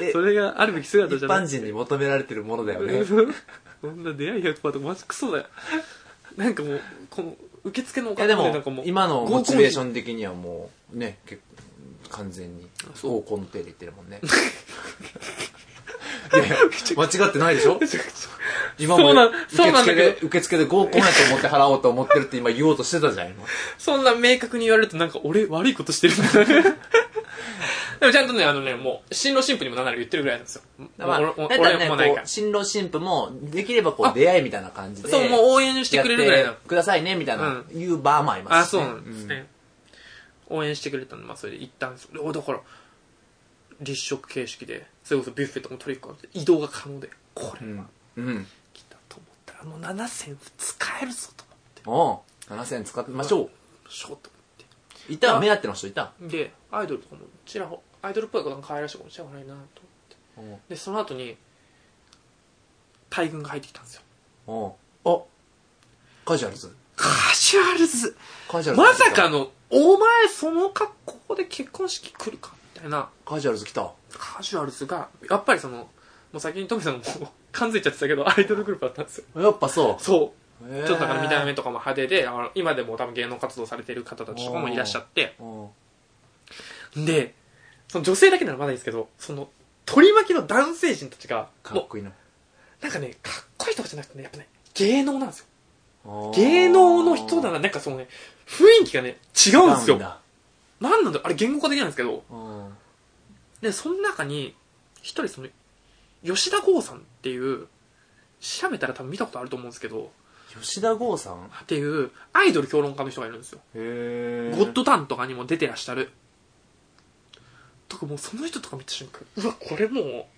[SPEAKER 2] え
[SPEAKER 1] それがあるべき姿
[SPEAKER 2] 一
[SPEAKER 1] じゃない
[SPEAKER 2] 般人に求められてるものだ よね。
[SPEAKER 1] そんな出会い100%とかマジクソだよなんかもうこの受付のお
[SPEAKER 2] いや
[SPEAKER 1] 金
[SPEAKER 2] で
[SPEAKER 1] なんかも
[SPEAKER 2] も
[SPEAKER 1] う、
[SPEAKER 2] 今のモチベーショ
[SPEAKER 1] ン
[SPEAKER 2] ン的にはもう、ね、結構、完全に、
[SPEAKER 1] そう
[SPEAKER 2] 方向の手で言ってるもん ね。いやいや、間違ってないでしょ今
[SPEAKER 1] そ
[SPEAKER 2] も
[SPEAKER 1] うなそうな
[SPEAKER 2] 受
[SPEAKER 1] んだ
[SPEAKER 2] 付
[SPEAKER 1] けど
[SPEAKER 2] で、受付で合コンやと思って払おうと思ってるって今言おうとしてたじゃん、今。
[SPEAKER 1] そんな明確に言われるとなんか俺悪いことしてるんだ でもちゃんとね、あのね、もう、新郎新婦にもなんなら言ってるぐらいなんですよ。
[SPEAKER 2] まあ、
[SPEAKER 1] も
[SPEAKER 2] だ
[SPEAKER 1] う
[SPEAKER 2] か
[SPEAKER 1] 俺
[SPEAKER 2] ら
[SPEAKER 1] 俺
[SPEAKER 2] ね、
[SPEAKER 1] もない
[SPEAKER 2] こ
[SPEAKER 1] から
[SPEAKER 2] う、。新郎新婦も、できればこう、出会いみたいな感じで。
[SPEAKER 1] そう、もう応援してくれるぐらい
[SPEAKER 2] や
[SPEAKER 1] な
[SPEAKER 2] ってくださいね、みたいな、いうバーもあり
[SPEAKER 1] あ、
[SPEAKER 2] ますし
[SPEAKER 1] そう
[SPEAKER 2] ね
[SPEAKER 1] なんですね。応援してくれたんで、まあそれで行ったんですよ。おだから、立食形式で、それこそビュッフェとかも取り込んで、移動が可能で、こ
[SPEAKER 2] う
[SPEAKER 1] れ
[SPEAKER 2] ん
[SPEAKER 1] は。
[SPEAKER 2] うん。
[SPEAKER 1] 来たと思ったら、もう7000使えるぞと思って、
[SPEAKER 2] おう7000使ってみましょう。
[SPEAKER 1] ショート
[SPEAKER 2] いた目当ての人いた
[SPEAKER 1] 思って。で、アイドルとかも、ちらほ、アイドルっぽいことが可愛らしいかもしれないなと。
[SPEAKER 2] おう
[SPEAKER 1] で、その後に、大群が入ってきたんですよ。
[SPEAKER 2] おうあ、カジュアルズ。
[SPEAKER 1] カジュアルズ
[SPEAKER 2] カジュアルズ。
[SPEAKER 1] まさか。の、お前その格好で結婚式来るかみたいな、
[SPEAKER 2] カジュアルズ来た。
[SPEAKER 1] カジュアルズが、やっぱりその、もう先にトミさんも感づいちゃってたけど、アイドルグループだったんですよ。
[SPEAKER 2] やっぱそう。
[SPEAKER 1] そ
[SPEAKER 2] ち
[SPEAKER 1] う。ちょっとなんか見た目とかも派手で、あの今でも多分芸能活動されてる方たちとかもいらっしゃって、
[SPEAKER 2] お
[SPEAKER 1] で、その女性だけならまだいいんですけど、その、取り巻きの男性陣たちが、
[SPEAKER 2] かっ
[SPEAKER 1] も
[SPEAKER 2] こいいな。
[SPEAKER 1] う、なんかね、かっこいいとかじゃなくてね、やっぱね、芸能なんですよ。
[SPEAKER 2] おう
[SPEAKER 1] 芸能の人なら、なんかそのね、雰囲気がね、違うんです
[SPEAKER 2] 違
[SPEAKER 1] よ。
[SPEAKER 2] だ
[SPEAKER 1] なんなんだろうあれ言語化できないんですけど、
[SPEAKER 2] うん
[SPEAKER 1] で、その中に、一人その、吉田剛さんっていう、調べたら多分見たことあると思うんですけど、
[SPEAKER 2] 吉田剛さんへ
[SPEAKER 1] っていう、アイドル評論家の人がいるんですよ。
[SPEAKER 2] え
[SPEAKER 1] ゴッドタンとかにも出てらっしゃる。とかもうその人とか見た瞬間、うわ、これも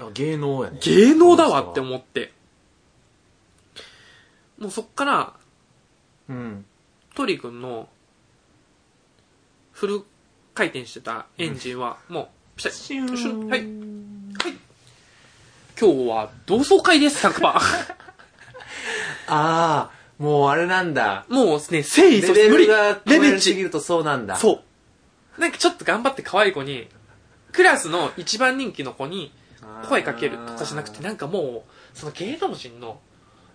[SPEAKER 1] う、
[SPEAKER 2] 芸能やね。
[SPEAKER 1] 芸能だわって思って。もうそっから、
[SPEAKER 2] うん。
[SPEAKER 1] トリ君の、フル回転してたエンジンは、もう、ピシャッ
[SPEAKER 2] シューン
[SPEAKER 1] シュンはいはい。今日は同窓会です、100%。
[SPEAKER 2] ああ、もうあれなんだ。
[SPEAKER 1] もうね、誠意
[SPEAKER 2] レ
[SPEAKER 1] そし
[SPEAKER 2] ベ
[SPEAKER 1] て無
[SPEAKER 2] ル
[SPEAKER 1] 理
[SPEAKER 2] が
[SPEAKER 1] レ
[SPEAKER 2] レベ
[SPEAKER 1] ベ
[SPEAKER 2] ルすぎ
[SPEAKER 1] チ。
[SPEAKER 2] るとそうなんだ。う。
[SPEAKER 1] そう。なんかちょっと頑張って可愛い子に、クラスの一番人気の子に声かけるとかじゃなくて、なんかもう、その芸能人の、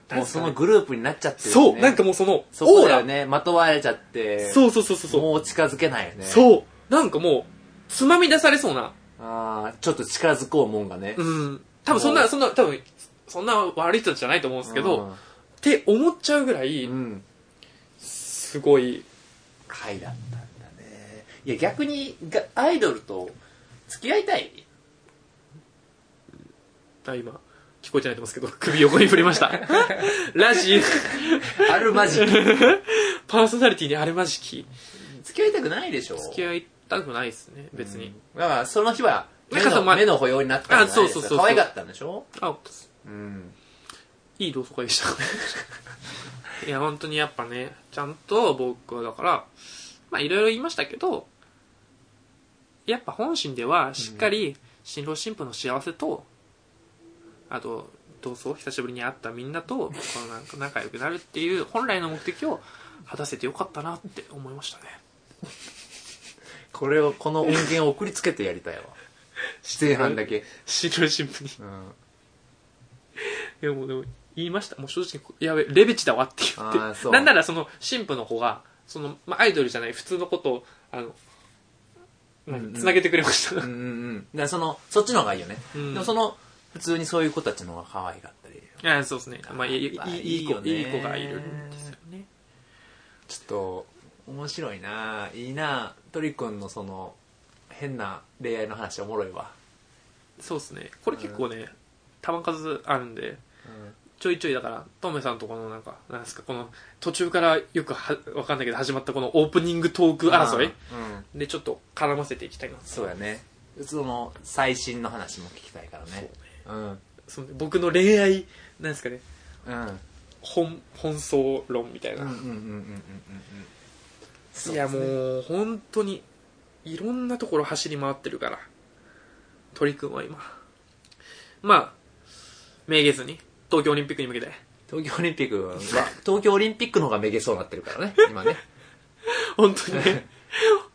[SPEAKER 1] なん
[SPEAKER 2] も
[SPEAKER 1] で
[SPEAKER 2] う
[SPEAKER 1] す
[SPEAKER 2] そ
[SPEAKER 1] か
[SPEAKER 2] の
[SPEAKER 1] ね
[SPEAKER 2] グループになっちゃってる、ね。
[SPEAKER 1] そう、なんかもうその、
[SPEAKER 2] そ
[SPEAKER 1] オ
[SPEAKER 2] こ
[SPEAKER 1] ー
[SPEAKER 2] だよ
[SPEAKER 1] ラ。
[SPEAKER 2] ね。まとわれちゃって。
[SPEAKER 1] そうそうそうそうそう。
[SPEAKER 2] もう近づけないよね。う。
[SPEAKER 1] そう。なんかもう、つまみ出されそうな。
[SPEAKER 2] ああ、ちょっと近づこうもんがね。
[SPEAKER 1] うん。多分そんな、そんな、多分、そんな悪い人じゃないと思うんですけど、って思っちゃうぐら
[SPEAKER 2] う
[SPEAKER 1] い
[SPEAKER 2] ん。う、ん。
[SPEAKER 1] すごい、
[SPEAKER 2] はいだったんだね。いや逆にがアイドルと付き合いたい
[SPEAKER 1] あ今聞こえてないと思うんですけど 首横に振りました ラジ
[SPEAKER 2] あるまじき
[SPEAKER 1] パーソナリティにあるまじき
[SPEAKER 2] 付き合いたくないでしょ
[SPEAKER 1] 付き合いたくないですね別に、
[SPEAKER 2] うんだからその日は
[SPEAKER 1] な
[SPEAKER 2] 目
[SPEAKER 1] んか
[SPEAKER 2] の
[SPEAKER 1] さま
[SPEAKER 2] 目の保養になったんじゃないですか
[SPEAKER 1] あそうそうそうそう
[SPEAKER 2] 可愛かったんでしょ
[SPEAKER 1] あ
[SPEAKER 2] うん
[SPEAKER 1] いい同窓会でした いや本当にやっぱねちゃんと僕はだからまあいろいろ言いましたけどやっぱ本心ではしっかり新郎新婦の幸せと、あと同窓久しぶりに会ったみんなとこのなんか仲良くなるっていう本来の目的を果たせてよかったなって思いましたね
[SPEAKER 2] これをこの音源を送りつけてやりた いわ前半だけ、
[SPEAKER 1] 新郎新婦に
[SPEAKER 2] うん、
[SPEAKER 1] いやもうでも言いましたもう正直やべレベチだわって言
[SPEAKER 2] あー
[SPEAKER 1] っ
[SPEAKER 2] そ
[SPEAKER 1] て
[SPEAKER 2] う
[SPEAKER 1] なんならその新婦の子がその、まあ、アイドルじゃない普通の子とあの
[SPEAKER 2] うんうん
[SPEAKER 1] つなげてくれました、
[SPEAKER 2] うんうんうん。でその、そっちの方がいいよね。
[SPEAKER 1] うん
[SPEAKER 2] でもその、普通にそういう子たちの方が可愛かったり。
[SPEAKER 1] いやそうですね、まあ、いいい
[SPEAKER 2] まあ
[SPEAKER 1] いいい
[SPEAKER 2] いい
[SPEAKER 1] 子
[SPEAKER 2] よね
[SPEAKER 1] いい子がいるんですよね
[SPEAKER 2] ちょっと、面白いなぁいいなぁトリくんのその、変な恋愛の話おもろい わ。
[SPEAKER 1] そうですねこれ結構ね球数あるんでちょいちょいだからトメさんとこのなんかなんですかこの途中からよくはわかんないけど始まったこのオープニングトーク争
[SPEAKER 2] うん
[SPEAKER 1] い。でちょっと絡ませていきたいな
[SPEAKER 2] そうやね。その、最新の話も聞きたいからね。うん。
[SPEAKER 1] その僕の恋愛なんですかね
[SPEAKER 2] うん。
[SPEAKER 1] 本本草論みたいな、
[SPEAKER 2] うんうんうんうんうんうんうん。
[SPEAKER 1] いやもう本当にいろんなところ走り回ってるから鳥くんは今まあめげずに東京オリンピックに向けて
[SPEAKER 2] 東京オリンピックは、 東京オリンピックの方がめげそうになってるからね、今ね。
[SPEAKER 1] 本当に ね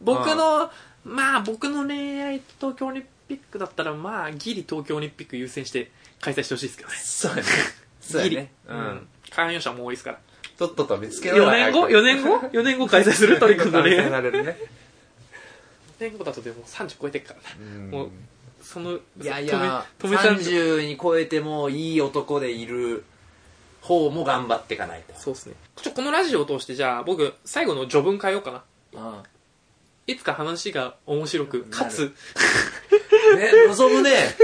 [SPEAKER 1] 僕のまあ僕の恋愛と東京オリンピックだったらまあギリ東京オリンピック優先して開催してほしいですけどね
[SPEAKER 2] そうやね。 そう
[SPEAKER 1] ギ
[SPEAKER 2] や
[SPEAKER 1] リ、
[SPEAKER 2] ね。
[SPEAKER 1] う
[SPEAKER 2] うん
[SPEAKER 1] ん。関与者も多いですから
[SPEAKER 2] とっとと見つけろ
[SPEAKER 1] 4年後4年後4年後開催す る鳥くんの恋愛4
[SPEAKER 2] れるね。
[SPEAKER 1] 年後だとでも30超えてっからねもうその
[SPEAKER 2] いやいや、
[SPEAKER 1] 止め止めさん
[SPEAKER 2] 30に超えてもいい男でいる方も頑張っていかないと。
[SPEAKER 1] そうですね。ちょ、このラジオを通して、じゃあ、僕、最後の序文変えようかな。
[SPEAKER 2] う
[SPEAKER 1] いつか話が面白く、かつ、
[SPEAKER 2] ん。ね、望 むね。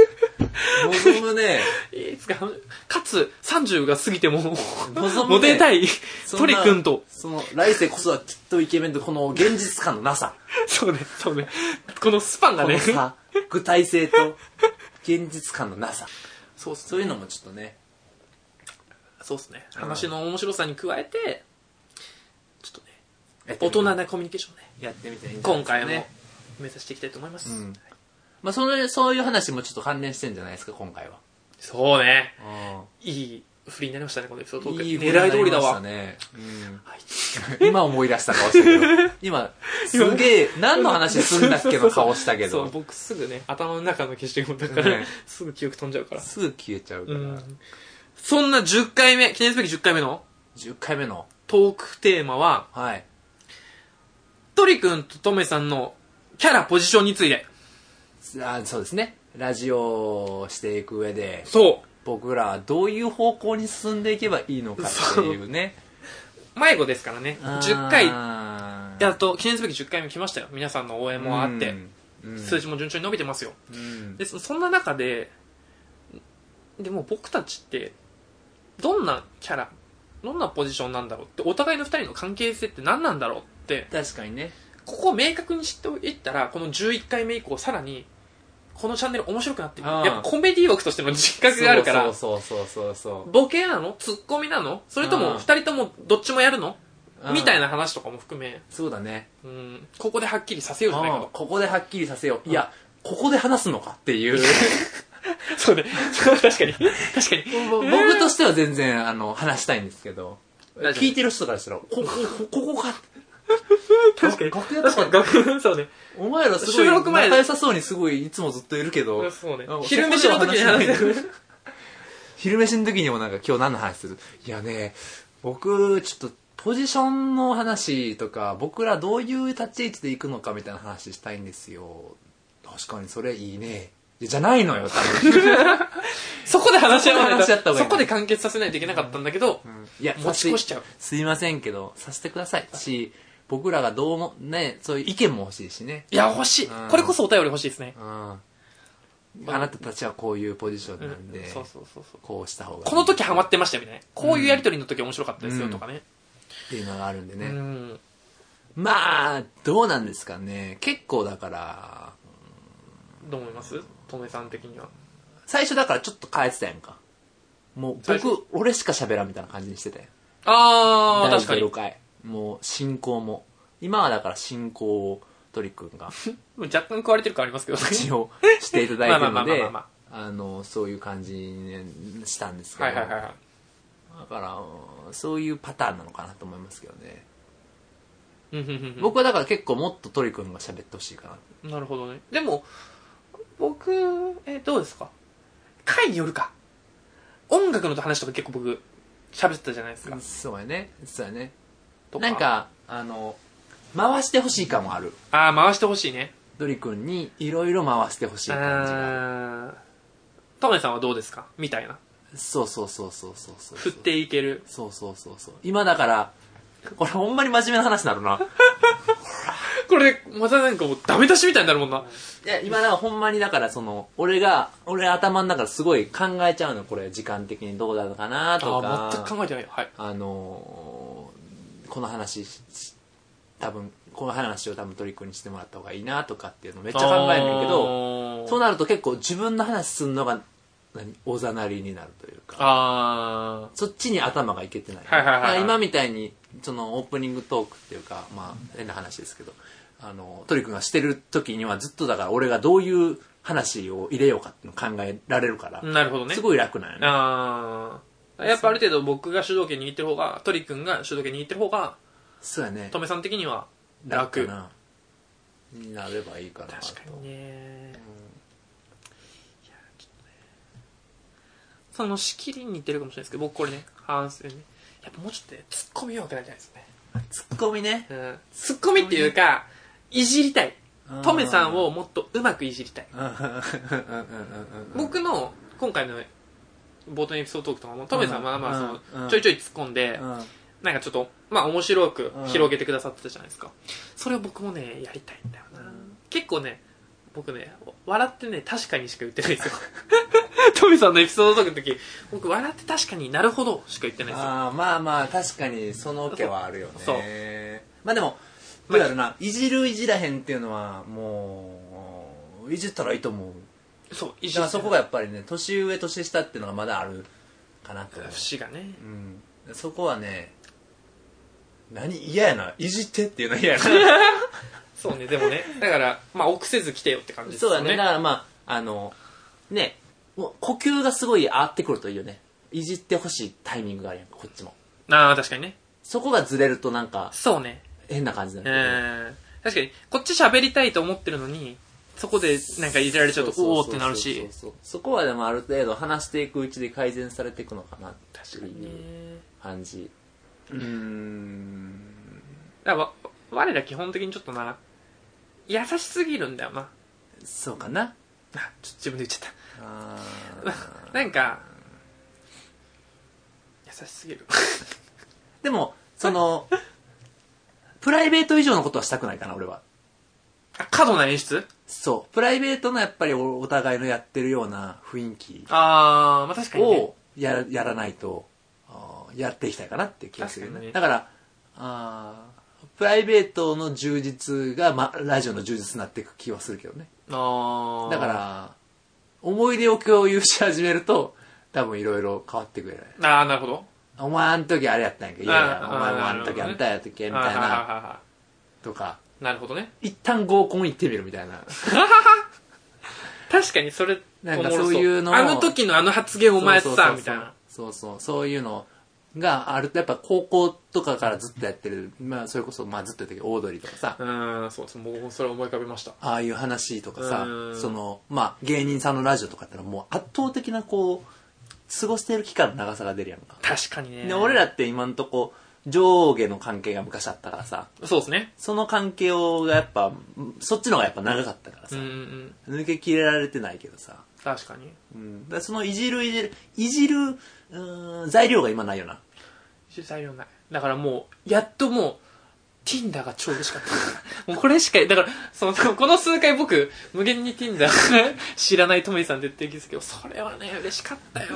[SPEAKER 2] 望むね。
[SPEAKER 1] いつか話、かつ、30が過ぎても、
[SPEAKER 2] 望
[SPEAKER 1] モ
[SPEAKER 2] むね
[SPEAKER 1] テたい、
[SPEAKER 2] そんな
[SPEAKER 1] 鳥くんと、
[SPEAKER 2] その、来世こそはきっとイケメンとこの現実感のなさ。
[SPEAKER 1] そうね、そうね。このスパンが
[SPEAKER 2] こ
[SPEAKER 1] ね
[SPEAKER 2] の、さ、具体性と現実感のなさ。
[SPEAKER 1] そうっす
[SPEAKER 2] そういうのもちょっとね。
[SPEAKER 1] そうっすね。
[SPEAKER 2] ん
[SPEAKER 1] 話の面白さに加えて、ちょっとね、
[SPEAKER 2] やって
[SPEAKER 1] 大
[SPEAKER 2] みて
[SPEAKER 1] 人なコミュニケーションね、
[SPEAKER 2] やってみていいんじゃ
[SPEAKER 1] 今
[SPEAKER 2] ないですかね
[SPEAKER 1] 回も目指していきたいと思います。
[SPEAKER 2] うんまあ、その、そういう話もちょっと関連してんじゃないですか、今回は。
[SPEAKER 1] そうね。
[SPEAKER 2] うん。
[SPEAKER 1] いい振りになりましたね、このエピソードトーク。
[SPEAKER 2] いい声にな
[SPEAKER 1] 狙い
[SPEAKER 2] り
[SPEAKER 1] 通りだ
[SPEAKER 2] ました
[SPEAKER 1] わ。
[SPEAKER 2] ねうん
[SPEAKER 1] はい
[SPEAKER 2] 今思い出した顔してるよ。今、すげえ、何の話すんだっけの顔した け
[SPEAKER 1] そう
[SPEAKER 2] ど。
[SPEAKER 1] 僕すぐね頭の中の消しゴムだから、
[SPEAKER 2] うん
[SPEAKER 1] すぐ記憶飛んじゃうから、
[SPEAKER 2] すぐ消えちゃうか
[SPEAKER 1] う
[SPEAKER 2] ら。
[SPEAKER 1] ん、そんな10回目記念すべき10回目の
[SPEAKER 2] 10回目の。
[SPEAKER 1] トークテーマは
[SPEAKER 2] はい。
[SPEAKER 1] トリくんとトメさんのキャラポジションについて
[SPEAKER 2] あそうですね。ラジオをしていく上で、
[SPEAKER 1] そ
[SPEAKER 2] 僕らはどういう方向に進んでいけばいいのかっていうね。
[SPEAKER 1] う迷子ですからね10回
[SPEAKER 2] あー
[SPEAKER 1] やっと記念すべき10回目来ましたよ皆さんの応援もあって、
[SPEAKER 2] うん
[SPEAKER 1] 数字も順調に伸びてますよ
[SPEAKER 2] うん
[SPEAKER 1] でそそんな中ででも僕たちってどんなキャラどんなポジションなんだろうってお互いの2人の関係性って何なんだろうって
[SPEAKER 2] 確かにね。
[SPEAKER 1] ここを明確に知っていったらこの11回目以降さらにこのチャンネル面白くなっていく
[SPEAKER 2] ああ
[SPEAKER 1] やっぱコメディ枠としての実覚があるから
[SPEAKER 2] そうそうそうそう
[SPEAKER 1] ボケなのツッコミなのそれと
[SPEAKER 2] あ
[SPEAKER 1] も
[SPEAKER 2] あ
[SPEAKER 1] 2人ともどっちもやるの
[SPEAKER 2] そう。
[SPEAKER 1] みたい
[SPEAKER 2] な。
[SPEAKER 1] な話とかも含め
[SPEAKER 2] そうだね。
[SPEAKER 1] うんここではっきりさせようじゃないか
[SPEAKER 2] うんここではっきりさせよう。いや、ここで話すのかっていう。
[SPEAKER 1] と そうね確かに確かに
[SPEAKER 2] 僕としては全然、あの、話したいんですけど。
[SPEAKER 1] 大丈夫
[SPEAKER 2] 聞いてる人からしたら、ここ、こここか。
[SPEAKER 1] 確かに
[SPEAKER 2] 楽屋と
[SPEAKER 1] 確か
[SPEAKER 2] か
[SPEAKER 1] に、楽屋そうね
[SPEAKER 2] お前らすごい
[SPEAKER 1] 収録前
[SPEAKER 2] 仲良さそうにすごいいつもずっといるけど。
[SPEAKER 1] そうね
[SPEAKER 2] あ
[SPEAKER 1] 昼飯の時に話して る
[SPEAKER 2] 昼飯の時にもなんか今日何の話するいやね、僕、ちょっと、ポジションの話とか、僕らどういう立ち位置で行くのかみたいな話したいんですよ。確かにそれいいね。いやじゃないのよ、多分
[SPEAKER 1] そこで話し合わない
[SPEAKER 2] そこで話し合った
[SPEAKER 1] と
[SPEAKER 2] 方がいい
[SPEAKER 1] そこで完結させないといけなかったんだけど
[SPEAKER 2] いや、
[SPEAKER 1] 持ち越しちゃう
[SPEAKER 2] すいませんけど、させてくださいし、僕らがどうも、ね、そういう意見も欲しいしね。
[SPEAKER 1] いや、欲しい
[SPEAKER 2] うん。
[SPEAKER 1] これこそお便り欲しいですね
[SPEAKER 2] う。ん。あなたたちはこういうポジション
[SPEAKER 1] うん
[SPEAKER 2] なんで、
[SPEAKER 1] そうそうそうそう。
[SPEAKER 2] こうした方がいい。
[SPEAKER 1] この時ハマってましたみたいな。こういうやりとりの時面白かったですよとかね。
[SPEAKER 2] っていうのがあるんで
[SPEAKER 1] う
[SPEAKER 2] ね。
[SPEAKER 1] ん。
[SPEAKER 2] まあ、どうなんですかね。結構だから、
[SPEAKER 1] どう思いますとめさん的には。
[SPEAKER 2] 最初だからちょっと変えてたやんか。もう
[SPEAKER 1] 最初
[SPEAKER 2] 僕、俺しか喋らんみたいな感じにしてたやん。
[SPEAKER 1] あー、
[SPEAKER 2] 第
[SPEAKER 1] 確かに
[SPEAKER 2] 0。回。もう進行も。今はだから進行を鳥く んが
[SPEAKER 1] 若干食われてる感ありますけど ね。
[SPEAKER 2] 一応していただいて るの
[SPEAKER 1] まあまあまあま
[SPEAKER 2] で
[SPEAKER 1] あまあ、
[SPEAKER 2] あの、そういう感じにしたんですけ
[SPEAKER 1] は
[SPEAKER 2] ど。
[SPEAKER 1] いはいはいはい。
[SPEAKER 2] だからうん、そういうパターンなのかなと思いますけどね。
[SPEAKER 1] うんうんうんうん
[SPEAKER 2] 僕はだから結構もっと鳥くんが喋ってほしいかな。
[SPEAKER 1] なるほどね。でも、僕、え、どうですか回によるか。音楽の話とか結構僕、喋ってたじゃないですか。
[SPEAKER 2] そうやね。そうやね。
[SPEAKER 1] と
[SPEAKER 2] なん、か、あの、回してほしい感はある。
[SPEAKER 1] あー、回してほしいね。
[SPEAKER 2] ドリ君にいろいろ回してほしい感じが。
[SPEAKER 1] あートメさんはどうですかみたいな。
[SPEAKER 2] そうそうそうそうそうそう。
[SPEAKER 1] 振っていける。
[SPEAKER 2] そうそうそうそう。今だから、これほんまに真面目な話になるな。
[SPEAKER 1] これ、またなんかもうダメ出しみたいになるもんな。
[SPEAKER 2] いや、今だからほんまにだからその、俺が、俺頭の中ですごい考えちゃうの、これ時間的にどうなのかなとか。
[SPEAKER 1] あー、全く考えてないよ。はい。
[SPEAKER 2] あのーこの話し、し多分、この話を多分トリックにしてもらった方がいいなとかっていうのめっちゃ考えるんだけど、
[SPEAKER 1] ど
[SPEAKER 2] そうなると結構自分の話すんのが、何おざなりになるというか、
[SPEAKER 1] あ
[SPEAKER 2] そっちに頭がいけてない。
[SPEAKER 1] はいはいはいはい
[SPEAKER 2] だから今みたいに、そのオープニングトークっていうか、まあ、変な話ですけど、あの、トリックがしてる時にはずっとだから俺がどういう話を入れようかっていうのを考えられるから
[SPEAKER 1] ー、、なるほどね。
[SPEAKER 2] すごい楽なんよね。
[SPEAKER 1] あーやっぱある程度僕が主導権握ってる方が、鳥くんが主導権握ってる方が、
[SPEAKER 2] そうやね
[SPEAKER 1] ト。メさん的には楽。
[SPEAKER 2] 楽かな。になればいいかなと。
[SPEAKER 1] 確かにね。いやちょっとねその仕切りに似てるかもしれないですけど、僕これね、反省ね。やっぱもうちょっとね、突っ込み弱くなりたいですね。
[SPEAKER 2] ツッコミね。
[SPEAKER 1] うん。突っ込みっていうか、いじりたい。トメさんをもっとうまくいじりたい。
[SPEAKER 2] うんうんうんうんうん。
[SPEAKER 1] 僕の今回の冒頭のエピソードトークとかも、トメさんはまあ
[SPEAKER 2] うん
[SPEAKER 1] その、
[SPEAKER 2] うん
[SPEAKER 1] ちょいちょい突っ込んで
[SPEAKER 2] う、ん
[SPEAKER 1] なんかちょっと、まあ面白く
[SPEAKER 2] うん
[SPEAKER 1] 広げてくださってたじゃないですか。それを僕もね、やりたいんだよな。結構ね、僕ね、笑ってね、確かにしか言ってないですよ。 トミさんのエピソードとかの時、僕笑って確かになるほどしか言ってないですよ。
[SPEAKER 2] あーまあまあ、確かにその気はあるよね。
[SPEAKER 1] そう
[SPEAKER 2] まあでも、どうやろな、いじるいじらへんっていうのは、もう、いじったらいいと思う。
[SPEAKER 1] そう、
[SPEAKER 2] だ
[SPEAKER 1] 一
[SPEAKER 2] からそこがやっぱりね、年上年下っていうのがまだあるかなと思う。
[SPEAKER 1] 節がね。
[SPEAKER 2] うん。そこはね、何嫌やな。いじってっていうの嫌やな。
[SPEAKER 1] そうね、でもね、 だから、まあ臆せず来てよって感じです
[SPEAKER 2] そう
[SPEAKER 1] よ
[SPEAKER 2] だね。だからまあ、あの、ね、もう呼吸がすごい合ってくるといいよね。いじってほしいタイミングがあるやんか、こっちも。
[SPEAKER 1] ああ、確かにね。
[SPEAKER 2] そこがずれるとなんか
[SPEAKER 1] そうね。
[SPEAKER 2] 変な感じに
[SPEAKER 1] う
[SPEAKER 2] なるよね。
[SPEAKER 1] ん。確かに、こっち喋りたいと思ってるのに、そこでなんかいじられちゃうと、おおーってなる
[SPEAKER 2] そう
[SPEAKER 1] し
[SPEAKER 2] そう。そうそう。そこはでもある程度話していくうちで改善されていくのかなっていう
[SPEAKER 1] ね
[SPEAKER 2] 感じ。うーん。
[SPEAKER 1] だからわ我ら基本的にちょっとな優しすぎるんだよな
[SPEAKER 2] そうかな。
[SPEAKER 1] あちょっと自分で言っちゃっ
[SPEAKER 2] あ
[SPEAKER 1] た
[SPEAKER 2] ー
[SPEAKER 1] なんか優しすぎる
[SPEAKER 2] でも、その、プライベート以上のことはしたくないかな、俺は。
[SPEAKER 1] あ過度な演出
[SPEAKER 2] そう。プライベートのやっぱりおお互いのやってるような雰囲気
[SPEAKER 1] あー、まあ確かに、ね
[SPEAKER 2] を、やらやらないと、あーやっていきたいかなって気がするよ
[SPEAKER 1] 確かにね
[SPEAKER 2] ね。だから、あープライベートの充実が、ま、ラジオの充実になっていく気はするけどね。
[SPEAKER 1] あー
[SPEAKER 2] だから、思い出を共有し始めると、多分いろいろ変わってくれない。
[SPEAKER 1] ああなるほど
[SPEAKER 2] お前あの時あれやったんやけど、いやいや
[SPEAKER 1] あ、
[SPEAKER 2] お
[SPEAKER 1] ー
[SPEAKER 2] 前もあの時あんたやったっけみたい
[SPEAKER 1] あーはいは
[SPEAKER 2] な、
[SPEAKER 1] いはいは
[SPEAKER 2] とか、
[SPEAKER 1] いなるほどね
[SPEAKER 2] 一旦合コン行ってみるみたいな。
[SPEAKER 1] 確かにそれ
[SPEAKER 2] なんか
[SPEAKER 1] おもろ
[SPEAKER 2] そういうのを
[SPEAKER 1] あの時のあの発言お前やってたみたいな
[SPEAKER 2] そうそうそういうのがあるとやっぱ高校とかからずっとやってる、まあ、それこそ、まあ、ずっとやってるけどオードリーとかさ、
[SPEAKER 1] うーんそうそう僕もそれ思い浮かべました
[SPEAKER 2] ああいう話とかさ
[SPEAKER 1] うん
[SPEAKER 2] その、まあ、芸人さんのラジオとかってのはもう圧倒的なこう過ごしてる期間の長さが出るやんか、
[SPEAKER 1] 確かにね
[SPEAKER 2] で俺らって今んとこ上下の関係が昔あったからさ
[SPEAKER 1] そうですね
[SPEAKER 2] その関係をがやっぱそっちの方がやっぱ長かったから
[SPEAKER 1] う
[SPEAKER 2] さ
[SPEAKER 1] ん、うんうん
[SPEAKER 2] 抜け切れられてないけどさ、
[SPEAKER 1] 確かに
[SPEAKER 2] うん、だからそのいじるいじるいじるうーん材料が今ないよな
[SPEAKER 1] 主催用ないだからもうやっともう Tinder が超嬉しかった。もうこれしか、だから、その、この数回僕、無限に Tinder 知らないトメイさん出てきですけど、それはね、嬉しかったよ。